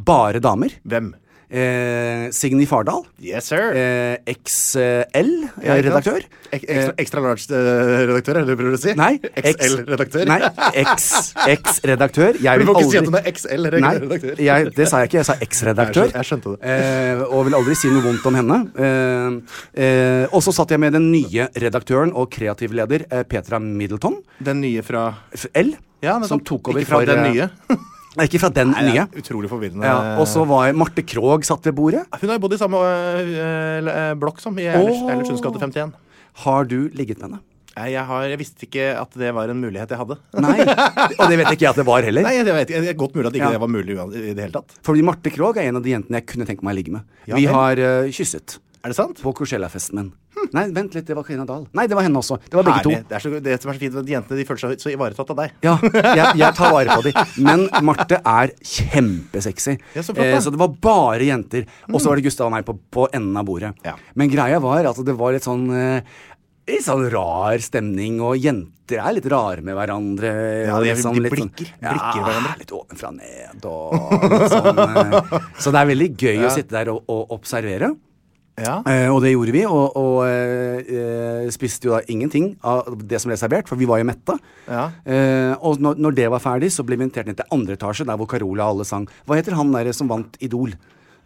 bare damer. Hvem? Eh, Signy Fardal. Yes, sir. Eh, XL-redaktør. Eh, Ekstra, ekstra large-redaktør, eller prøver du å si? Nei. X- XL-redaktør. Nei, X- X-redaktør. Jeg Du vil må ikke si at hun aldri er XL-redaktør. Nei, jeg, det sa jeg ikke. Jeg sa X-redaktør. Jeg skjønte det. Eh, og vil aldri si noe vondt om henne. Eh, eh, og så satt jeg med den nye redaktøren og kreativ leder, eh, Petra Middleton, Den nye fra f- L, Ja, nettopp. som tok over Ikke fra for, den eh, nye. Nei, ikke fra den Nei, det nye. er Utrolig forvirrende. Ja, og så var jeg, Marte Krogh satt ved bordet. Hun har jo bodd i samme øh, øh, blokk som i Eilers- Åh. Eilertsunds gate 51. Har du ligget med henne? Nei, Jeg, har, jeg visste ikke at det var en mulighet jeg hadde. Nei. Og det vet ikke jeg at det var heller. Nei, jeg vet ikke. Det er godt mulig at ikke Ja. det var mulig uan- i det hele tatt. Fordi Marte Krogh er en av de jentene jeg kunne tenke meg å ligge med. Vi vel. har eh, kysset. Er det sant? På Coachella-festen min. Nei, vent litt, det var Karina Dahl. Nei, det var henne også. Det var begge to. Herlig. Det, er så, det som er så fint, er at jentene de føler seg så ivaretatt av deg. Ja, jeg, jeg tar vare på dem. Men Marte er kjempesexy. Eh, Ja, så flott, da. Mm. så det var bare jenter. Og så var det Gustav og meg på, på enden av bordet. Ja. Men greia var at det var litt sånn eh, Litt sånn rar stemning, og jenter er litt rare med hverandre. Ja, og de- litt sånn, de litt sånn- blikker- blikker hverandre. Litt ovenfra og ned og litt sånn. eh. Så det er veldig gøy å sitte der og, og observere. Ja. Eh, og det gjorde vi, og, og eh, eh, spiste jo da ingenting av det som ble servert, for vi var jo mette. Ja. Eh, og når, når det var ferdig, så ble vi invitert ned til andre etasje, der hvor Carola og alle sang. Hva heter han der som vant Idol?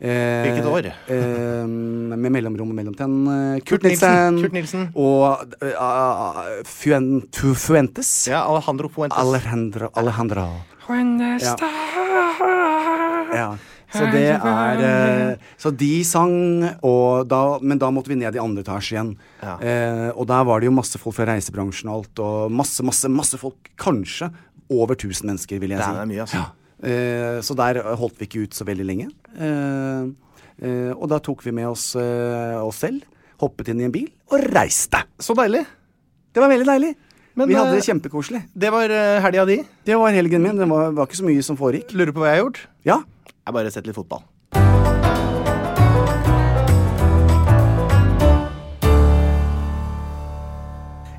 Eh, Hvilket år? eh, med mellomrommet mellom tennene. Kurt, Kurt Nilsen, Nilsen. Kurt Nilsen. Og eh, ah, Fuen, Tu- Fuentes. ja, Alejandro Fuentes. Alejandro, Alejandro. Ja. ja. Så det er eh, Så de sang, og da, men da måtte vi ned i andre etasje igjen. Ja. Eh, og der var det jo masse folk fra reisebransjen og alt, og masse, masse, masse folk. Kanskje over 1000 mennesker, vil jeg Det si. er mye, altså. Ja. Eh, så der holdt vi ikke ut så veldig lenge. Eh, eh, og da tok vi med oss eh, oss selv, hoppet inn i en bil og reiste. Så deilig. Det var veldig deilig. Men, vi hadde eh, det kjempekoselig. Det var eh, helga di. Det var helgen min. Det var, var ikke så mye som foregikk. Lurer på hva jeg har gjort? Ja. Jeg bare sett litt fotball.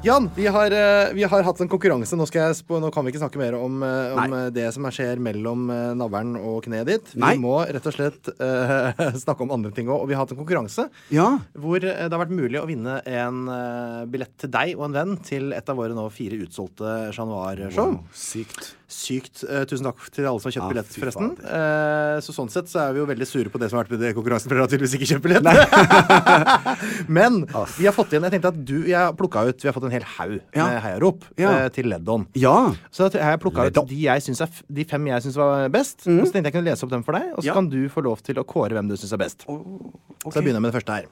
Jan, vi har, eh, vi har hatt en konkurranse. Nå, skal jeg sp- nå kan vi ikke snakke mer om, eh, om Nei. eh, det som skjer mellom eh, navlen og kneet ditt. Vi Nei. må rett og slett eh, snakke om andre ting òg. Og vi har hatt en konkurranse Ja. hvor eh, det har vært mulig å vinne en eh, billett til deg og en venn til et av våre nå fire utsolgte Chat Noir-show. sykt. Sykt. Eh, tusen takk til alle som har kjøpt Ja, billett, fy forresten. Eh, så sånn sett så er vi jo veldig sure på det som har vært med det konkurransen, for dere har tydeligvis ikke kjøpt billett. Men vi har fått igjen Jeg tenkte at du Jeg har plukka ut Vi har fått en hel haug Ja. med heiarop Ja. eh, til Leddon. Ja. Så da har jeg plukka ut Leddon. de, jeg synes er, f- de fem jeg syns var best. Og så tenkte jeg kunne lese opp dem for deg, og så Ja. kan du få lov til å kåre hvem du syns er best. Så jeg begynner med det første her.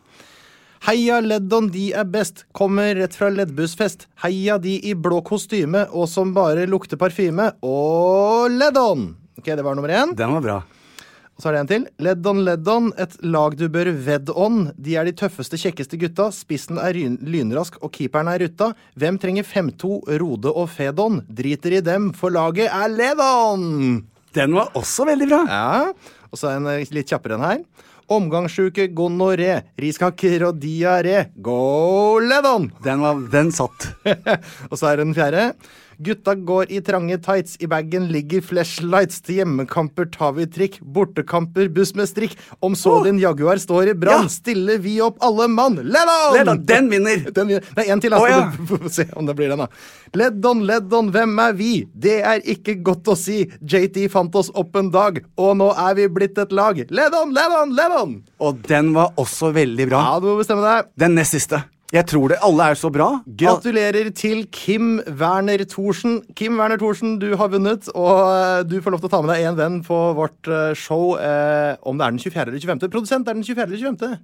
Heia Leddon, de er best. Kommer rett fra leddbussfest. Heia de i blå kostyme og som bare lukter parfyme. Og Leddon! Ok, det var nummer én. Den var bra. Og Så er det en til. Leddon Leddon, et lag du bør vedd on. De er de tøffeste, kjekkeste gutta. Spissen er ryn- lynrask, og keeperen er rutta. Hvem trenger 5-2, Rode og Fedon? Driter i dem, for laget er Leddon! Den var også veldig bra! Ja, og så en eh, litt kjappere en her. Omgangssjuke gonoré, riskaker og diaré. Go Leddon! Den, var, den satt. og så er det den fjerde. Gutta går i trange tights, i bagen ligger flashlights. Til hjemmekamper tar vi trikk, bortekamper buss med strikk. Om så din Jaguar står i brann, Ja. stiller vi opp alle mann. Leddon! Leddon, den vinner. Den vinner. Det er én til, Å, altså. ja. Vi får se om det blir den, da. Leddon, Leddon, hvem er vi? Det er ikke godt å si. JT fant oss opp en dag, og nå er vi blitt et lag. Leddon, Leddon, Leddon! Og den var også veldig bra. Ja, du må bestemme deg. Den nest siste. Jeg tror det. Alle er så bra. Gratulerer til Kim Werner Thorsen. Kim Werner Thorsen, du har vunnet, og eh, du får lov til å ta med deg én venn på vårt eh, show eh, om det er den 24. eller 25. Produsent, er det den 24. eller 25.?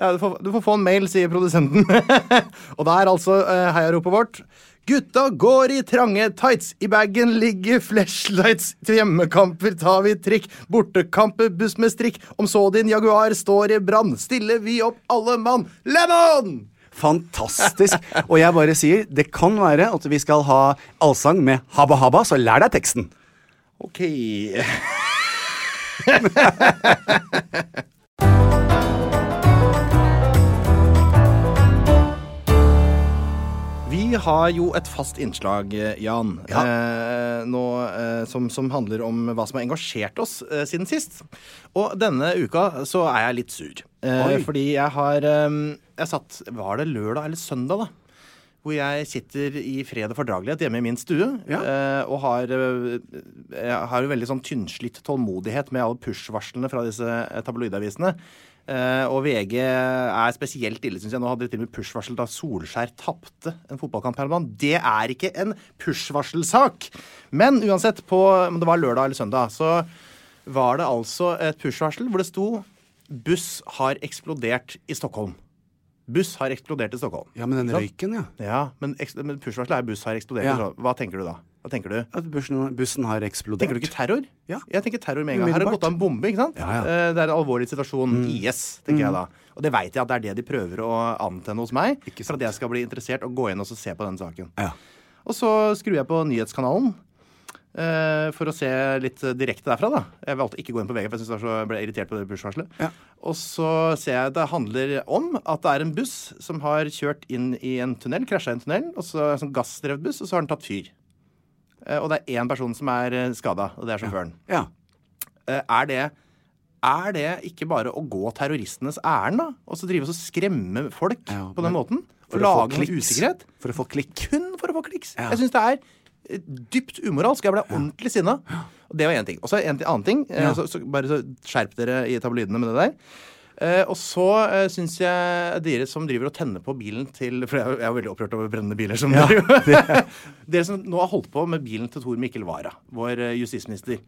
Ja, du får, du får få en mail, sier produsenten. og da er altså eh, heiaropet vårt Gutta går i trange tights, i bagen ligger flashlights. Til hjemmekamper tar vi trikk, bortekamper buss med strikk. Om så din Jaguar står i brann, stiller vi opp alle mann. Lennon! Fantastisk. Og jeg bare sier, det kan være at vi skal ha allsang med Habba Habba, så lær deg teksten. Ok. Vi har jo et fast innslag, eh, Jan, eh, nå, eh, som, som handler om hva som har engasjert oss eh, siden sist. Og denne uka så er jeg litt sur. Eh, Oi. fordi jeg har eh, Jeg satt Var det lørdag eller søndag, da? Hvor jeg sitter i fred og fordragelighet hjemme i min stue eh, og har, eh, jeg har jo veldig sånn tynnslitt tålmodighet med alle push-varslene fra disse eh, tabloidavisene. Eh, og VG er spesielt ille, syns jeg. Nå hadde de til og med push-varsel da Solskjær tapte en fotballkamp. Herman. Det er ikke en push-varselsak! Men uansett, på, om det var lørdag eller søndag, så var det altså et push-varsel hvor det sto 'Buss har eksplodert i Stockholm'. Buss har eksplodert i Stockholm. Ja, men den røyken, ja. Ja, men, eks- men push-varselet er buss har eksplodert. Ja. så Hva tenker du da? Hva tenker du? At bussen, bussen har eksplodert. Tenker du ikke terror? Ja. Jeg tenker terror med en gang. Her har det Umiddelbart. gått av en bombe. ikke sant? Ja, Mm. ja. Eh, Det er en alvorlig situasjon. IS, tenker jeg da. Og det veit jeg at det er det de prøver å antenne hos meg. Ikke For sant. at jeg skal bli interessert og gå inn og så se på den saken. Ja. Og så skrur jeg på nyhetskanalen. eh, for å se litt eh, direkte derfra, da. Jeg valgte ikke å gå inn på VG, for jeg, synes det var så, jeg ble irritert på det bussvarselet. Ja. Og så ser jeg at det handler om at det er en buss som har kjørt inn i en tunnel, krasja i en tunnel, og så en sånn gassdrevet buss, og så har den tatt fyr. Eh, og det er én person som er skada, og det er sjåføren. Ja. Eh, er det er det ikke bare å gå terroristenes ærend, da? Og så drive og så skremme folk Ja, på den men- måten? for For å få lage noe kliks. usikkerhet? For å få klikk. kun for å få kliks. Ja. Jeg syns det er eh, dypt umoralsk. Jeg ble ordentlig sinna. Og det var én ting. Og så en ti- annen ting. eh, Ja. Så, så bare så skjerp dere i tabloidene med det der. Eh, og så uh, syns jeg dere som driver og tenner på bilen til For jeg, jeg er veldig opprørt over brennende biler. som dere jo. Dere som nå har holdt på med bilen til Tor Mikkel Wara, vår eh, justisminister.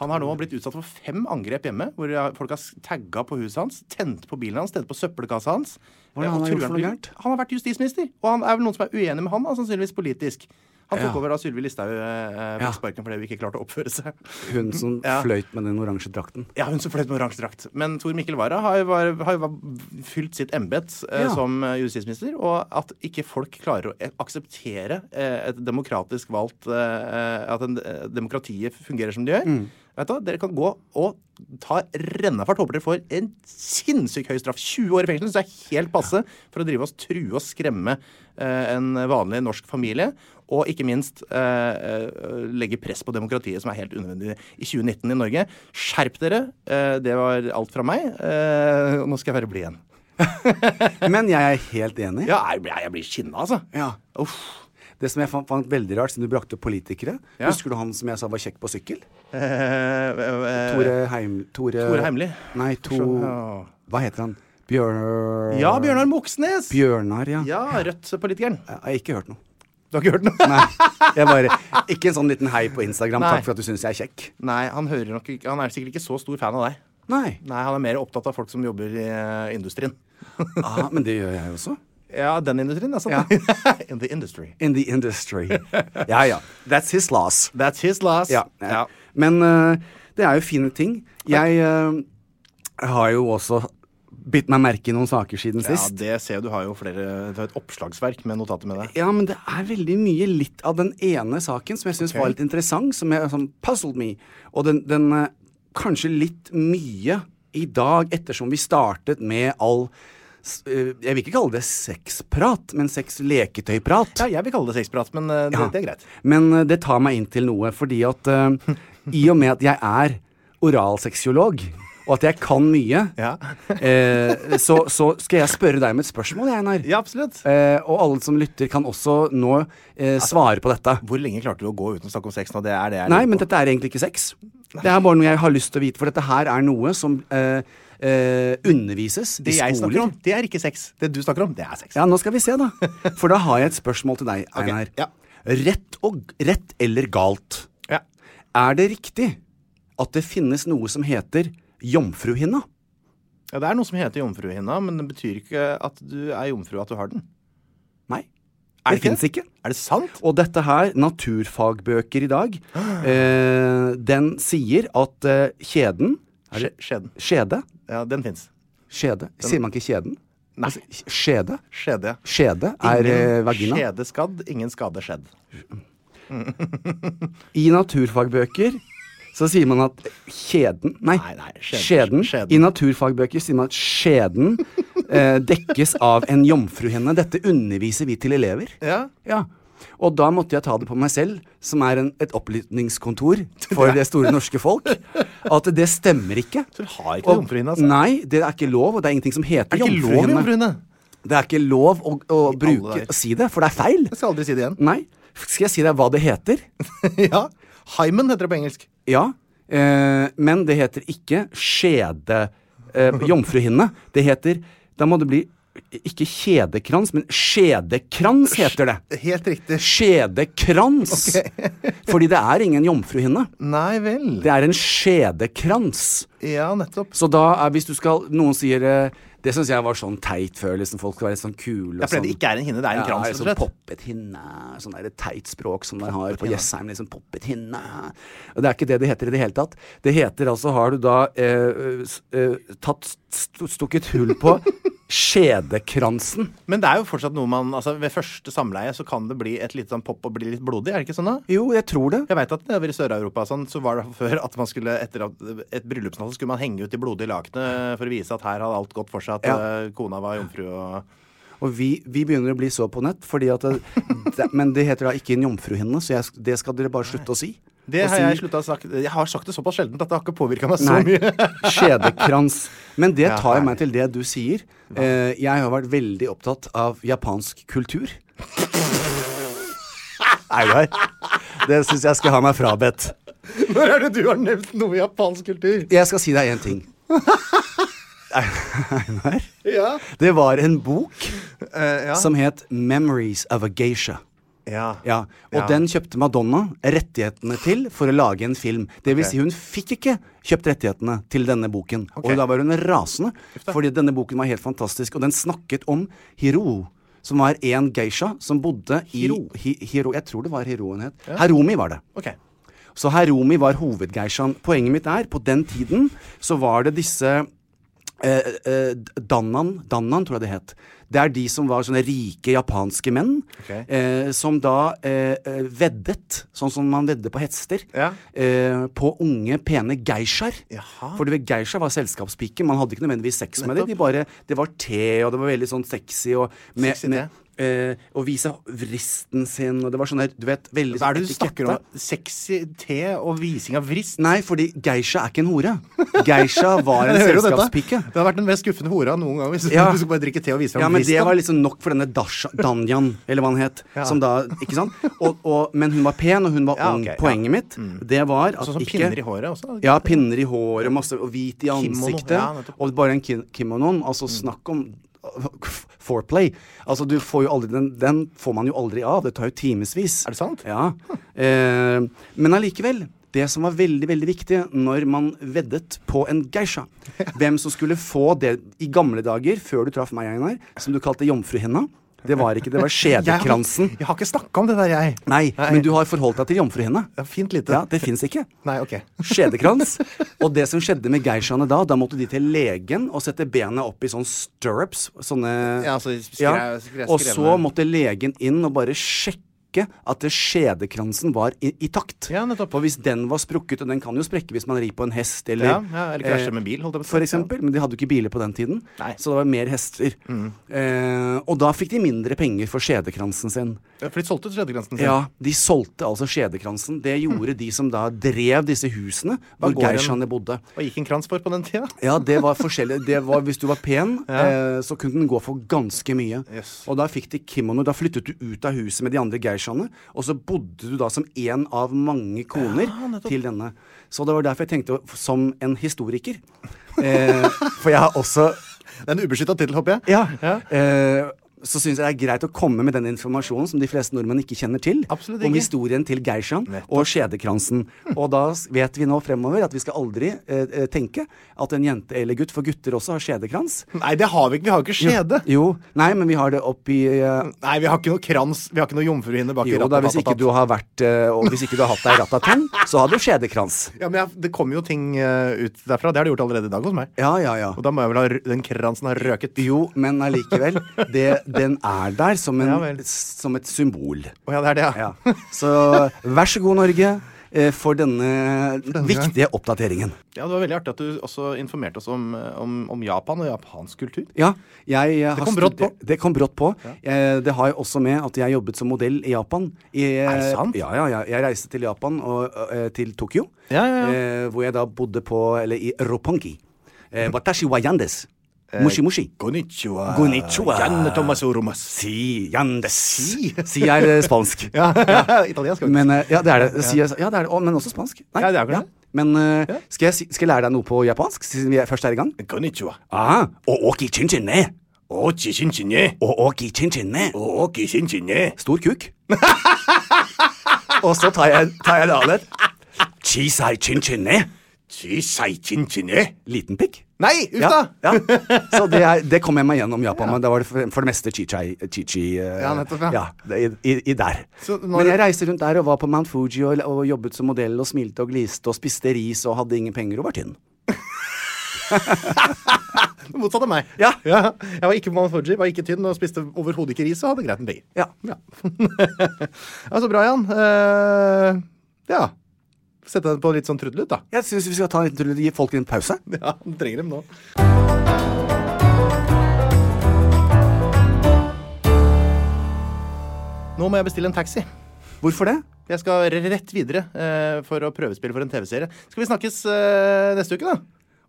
Han har nå blitt utsatt for fem angrep hjemme, hvor jeg- folk har s- tagga på huset hans, tent på bilen hans, tent på søppelkassa hans. Hva er det han eh, og har gjort truer for noe til- gærent? han har vært justisminister, og han er vel noen som er uenig med han, da, sannsynligvis politisk. Han tok Ja. over da Sylvi Listhaug eh, fikk Ja. sparken fordi hun ikke klarte å oppføre seg. Hun som Ja. fløyt med den oransje drakten. Ja, hun som fløyt med oransje drakt. Men Tor Mikkel Wara har jo var- har jo var- fylt sitt embet eh, Ja. som eh, justisminister, og at ikke folk klarer å eh, akseptere eh, et demokratisk valgt eh, At en, eh, demokratiet fungerer som det gjør. Vet du, hva, Dere kan gå og ta rennafart. Håper dere får en sinnssykt høy straff. 20 år i fengsel, så det er helt passe for å drive oss true og skremme eh, en vanlig norsk familie. Og ikke minst eh, eh, legge press på demokratiet, som er helt unødvendig i 2019 i Norge. Skjerp dere! Eh, det var alt fra meg. Eh, og nå skal jeg være blid igjen. Men jeg er helt enig. Ja, jeg, blir- jeg blir skinna, altså. Ja. Uff. Det som jeg fant, fant veldig rart, siden du brakte opp politikere Ja. Husker du han som jeg sa var kjekk på sykkel? Eh, eh, Tore Heim... Tore, Tore Heimli? Nei, to... Ja. Hva heter han? Bjørn... ja, Bjørnar Moxnes! Bjørnar, ja. ja, Rødt-politikeren. Jeg har ikke hørt noe. Du har ikke hørt noe? Nei, jeg bare Ikke en sånn liten hei på Instagram. Nei. Takk for at du syns jeg er kjekk. Nei, han, hører nok ikke, han er sikkert ikke så stor fan av deg. Nei. Nei, Han er mer opptatt av folk som jobber i eh, industrien. Ah, men det gjør jeg også. Ja, den industrien, altså. Ja. In the industry. In the industry. Ja ja. That's his loss. That's his loss. Ja. Ja. Men eh, det er jo fine ting. Jeg eh, har jo også bitt meg merke i noen saker siden Ja, sist. det ser jeg du har jo flere Du har et oppslagsverk med notater med deg. Ja, men det er veldig mye litt av den ene saken som jeg syns var litt interessant, som, jeg, som puzzled me. Og den, den eh, kanskje litt mye i dag, ettersom vi startet med all s- eh, Jeg vil ikke kalle det sexprat, men sexleketøyprat. Ja, jeg vil kalle det sexprat, men eh, det, Ja. det er greit. Men eh, det tar meg inn til noe, fordi at eh, i og med at jeg er oralseksiolog, og at jeg kan mye, Ja. eh, så, så skal jeg spørre deg om et spørsmål, jeg, Einar. Ja, absolutt. Eh, og alle som lytter, kan også nå eh, svare på dette. Hvor lenge klarte du å gå uten å snakke om sex nå? Det er det jeg Nei, lurer men på. dette er egentlig ikke sex. Det er bare noe jeg har lyst til å vite, for dette her er noe som eh, eh, undervises det i jeg skoler. snakker om, det er ikke sex. Det du snakker om, det er sex. Ja, nå skal vi se, da. For da har jeg et spørsmål til deg, Einar. ja. Rett, og, rett eller galt? Ja. Er det riktig at det finnes noe som heter jomfruhinna? Ja, det er noe som heter jomfruhinna, men det betyr ikke at du er jomfru at du har den. Nei. Er Det det ikke fins ikke. Er det sant? Og dette her, naturfagbøker i dag, eh, den sier at eh, kjeden Er det skjeden? Skjede? Ja, den fins. Skjede? Sier man ikke kjeden? Nei. Altså, skjede? Skjede, ja. Skjede er eh, Ingen vagina. Skjede skadd, ingen skade skjedd. I naturfagbøker så sier man at kjeden Nei, Nei, nei, skjeden. skjeden- skjeden. I naturfagbøker sier man at skjeden eh, dekkes av en jomfruhinne. Dette underviser vi til elever. Ja. Ja. Og da måtte jeg ta det på meg selv, som er en, et opplytningskontor for det store norske folk, at det stemmer ikke. Så vi har ikke Og- jomfruhinne, altså? Nei, det er ikke lov, og det er ingenting som heter Er det ikke lov jomfruhinne. jomfruhinne? Det er ikke lov å, å bruke dager. å si det, for det er feil. Jeg skal aldri si det igjen. Nei. Skal jeg si deg hva det heter? ja. Hymen heter det på engelsk. Ja. Eh, men det heter ikke skjede... Eh, jomfruhinne. Det heter Da må det bli ikke kjedekrans, men skjedekrans heter det. Helt riktig. Skjedekrans. Fordi det er ingen jomfruhinne. Nei vel. Det er en skjedekrans. Ja, nettopp. Så da er hvis du skal Noen sier eh, Det syns jeg var sånn teit før. Liksom, folk skal være litt sånn kule. og Ja, fordi det sånn. ikke er en hinne, det er en krans, Ja, rett og sånn slett. poppet hinne. Sånn der teit språk som de har på Jessheim. Liksom poppet hinne. Og det er ikke det det heter i det hele tatt. Det heter altså Har du da eh, s- eh, tatt, st stukket hull på skjedekransen? Men det er jo fortsatt noe man altså Ved første samleie så kan det bli et lite sånn pop og bli litt blodig, er det ikke sånn da? Jo, jeg tror det. Jeg veit at nedover i Sør-Europa og sånn, så var det før at man skulle etter at- et bryllupsnatt så skulle man henge ut de blodige lakenet for å vise at her hadde alt gått for seg, at Ja. eh, kona var jomfru og Og vi, vi begynner å bli så på nett, fordi at det, det, men det heter da ikke en jomfruhinne, så jeg, sk- det skal dere bare slutte å si. Det Å har si- jeg sluttet å snakke Jeg har sagt det såpass sjelden at det har ikke påvirka meg så Nei, mye. skjedekrans. Men det Ja, tar jeg meg herlig. til det du sier. Eh, jeg har vært veldig opptatt av japansk kultur. Einar, det syns jeg skal ha meg frabedt. Når er det du har nevnt noe i japansk kultur? Jeg skal si deg én ting. Einar, Ja. det var en bok Eh, ja. som het 'Memories of a Geisha'. ja. Ja, og Ja. den kjøpte Madonna rettighetene til for å lage en film. Det vil Ok. si, hun fikk ikke kjøpt rettighetene til denne boken. Ok. Og da var hun rasende, fordi denne boken var helt fantastisk. Og den snakket om Hiro, som var en geisha som bodde i Hiro? Hi, Hiro jeg tror det var Hiro hun het. Harumi var det. Ok. Så Harumi var hovedgeishaen. Poenget mitt er, på den tiden så var det disse eh, eh, Dannan, Dannan tror jeg det het. Det er de som var sånne rike japanske menn. Ok. Eh, som da eh, eh, veddet, sånn som man vedder på hester, Ja. eh, på unge, pene geishaer. Jaha. For du vet, geisha var selskapspike. Man hadde ikke nødvendigvis sex med det. De Nettopp. bare, det var te, og det var veldig sånn sexy. Og med, Sexy med, eh, å vise vristen sin, og det var sånn der, du vet veldig Hva er det du etikette. snakker om? Sexy te og vising av vrist? Nei, fordi geisha er ikke en hore. Geisha var en Jeg hører jo dette. selskapspike. Det har vært den mest skuffende hora noen gang. Hvis Ja. du skal bare drikke te og vise fram Ja, men vristen. det var liksom nok for denne Dasha, Danjan, eller hva han het. Ja. Som da, ikke sant? Og, og, men hun var pen, og hun var Ja, ung. ok, ja. Poenget mitt, det var at Sånn som ikke pinner i håret også? Ja, pinner i håret, masse, og hvit i Kimono, ansiktet. ja, nettopp. Mm. og bare en kin- kimonoen. Altså, snakk om foreplay. Altså, du får jo aldri den, den får man jo aldri av. Det tar jo timevis. Er det sant? Ja. Eh, men allikevel. Det som var veldig veldig viktig når man veddet på en geisha, hvem som skulle få det i gamle dager, før du traff meg, Einar, som du kalte jomfruhinna, Det var ikke, det var skjedekransen. Jeg har, jeg har ikke snakka om det der, jeg. Nei, men du har forholdt deg til jomfruhinne. Ja, fint lite. Ja, det fins ikke. Nei, ok. Skjedekrans. Og det som skjedde med geishaene da, da måtte de til legen og sette benet opp i sånn stirrups. Sånne Ja, så skre- skre- Og så skrevne. måtte legen inn og bare sjekke at det- skjedekransen var i, i takt. Ja, nettopp. For hvis den var sprukket, og den kan jo sprekke hvis man rir på en hest eller Ja, ja, eller eh, krasjer med en bil, holdt jeg på å si. For eksempel. Men de hadde jo ikke biler på den tiden, Nei. så det var mer hester. Mm. Eh, og da fikk de mindre penger for skjedekransen sin. Ja, For de solgte ut skjedegrensen sin. Ja, de solgte altså skjedekransen. Det gjorde de som da drev disse husene hvor går en- geishaene bodde. Hva gikk en krans for på den tida? Ja, det var forskjellig. Det var, hvis du var pen, eh, så kunne den gå for ganske mye. Yes. Og da fikk de kimono. Da flyttet du ut av huset med de andre geishaene, og så bodde du da som én av mange koner til denne. Så det var derfor jeg tenkte å- som en historiker. Eh, for jeg har også Det er en ubeskytta tittel, håper jeg. Ja. Eh, så syns jeg det er greit å komme med den informasjonen som de fleste nordmenn ikke kjenner til. Absolutt Om ikke. historien til geishaen og skjedekransen. Og da s- vet vi nå fremover at vi skal aldri eh, eh, tenke at en jente eller gutt, for gutter også, har skjedekrans. Nei, det har vi ikke. Vi har jo ikke skjede. Jo, nei, men vi har det oppi eh, Nei, vi har ikke noe krans. Vi har ikke noe jomfruhinne bak i Jo da, hvis ikke du har vært eh, Og hvis ikke du har hatt deg ratatan, så har du skjedekrans. Ja, men jeg, Det kommer jo ting eh, ut derfra. Det har det gjort allerede i dag hos meg. Ja, ja, ja. Og da må jeg vel ha rø- den kransen har røket. Jo, men allikevel. det- Den er der som, Ja en, vel. som et symbol. Å ja, det er det, ja. Ja. Så vær så god, Norge, eh, for denne viktige oppdateringen. Ja, Det var veldig artig at du også informerte oss om, eh, om, om Japan og japansk kultur. Ja, jeg eh, har kom brått studer- Det kom brått på. Eh, det har jo også med at jeg jobbet som modell i Japan. I, Er det sant? Ja, ja, ja. Jeg reiste til Japan, og, eh, til Tokyo. Ja, ja, ja. Eh, hvor jeg da bodde på, eller i Roppongi. Eh, watashi wa yandes. Mushi mushi. Eh, Konnichiwa. Konnichiwa. Janne Thomas Oromas. Si yandes. Si er eh, spansk. Ja, italiensk. Men, Men eh, ja, det er det. Sier jeg- ja, det er det. Å, men også spansk. Nei, Ja, det er kanskje det. Men eh, skal, jeg, si- skal jeg lære deg noe på japansk, siden vi er først er i gang? Konnichiwa. Ah, og oki chinchin ne. Ochi shinchine. Og oki chinchin ne. Ochi shinchine. Stor kuk. og så tar jeg, tar jeg det av litt. Chisai chinchin ne. Chisai shinchine. e. Liten pikk. Nei, uff da! Ja, ja. Så det, er, det kom jeg meg gjennom Japan, men da var det for, for det meste chichai chichi eh, Ja, nettopp, ja. det- i, i, i der. Så når Men du- jeg reiste rundt der og var på Mount Fuji og, og jobbet som modell og smilte og gliste og spiste ris og hadde ingen penger og var tynn. Motsatt av meg. Ja. Jeg var ikke på Mount Fuji, var ikke tynn og spiste overhodet ikke ris og hadde greit med penger. Ja. Ja. ja, så bra, Jan. Eh, ja. Sette den på litt sånn trudelutt, da. Jeg syns vi skal ta en liten tur og gi folk en pause. Ja, du trenger dem nå. Nå må jeg bestille en taxi. Hvorfor det? Jeg skal r- rett videre eh, for å prøvespille for en TV-serie. Skal vi snakkes eh, neste uke, da?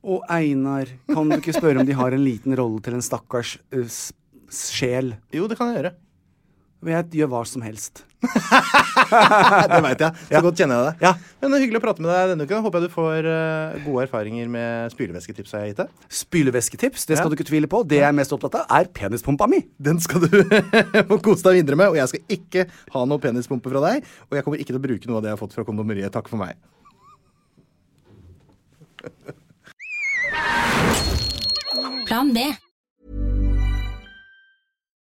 Å, Einar, kan du ikke spørre om de har en liten rolle til en stakkars eh, s- sjel? Jo, det kan jeg gjøre. Jeg gjør hva som helst. Nei, det veit jeg. Så godt kjenner jeg deg. Ja. Men det er Hyggelig å prate med deg denne uka. Håper jeg du får eh, gode erfaringer med spylevæsketipsa jeg har gitt deg. Spylevæsketips, det skal du ikke tvile på. Det jeg er mest opptatt av, er penispumpa mi. Den skal du få kose deg videre med, og jeg skal ikke ha noe penispumpe fra deg. Og jeg kommer ikke til å bruke noe av det jeg har fått fra kondomeriet. Takk for meg. Plan B.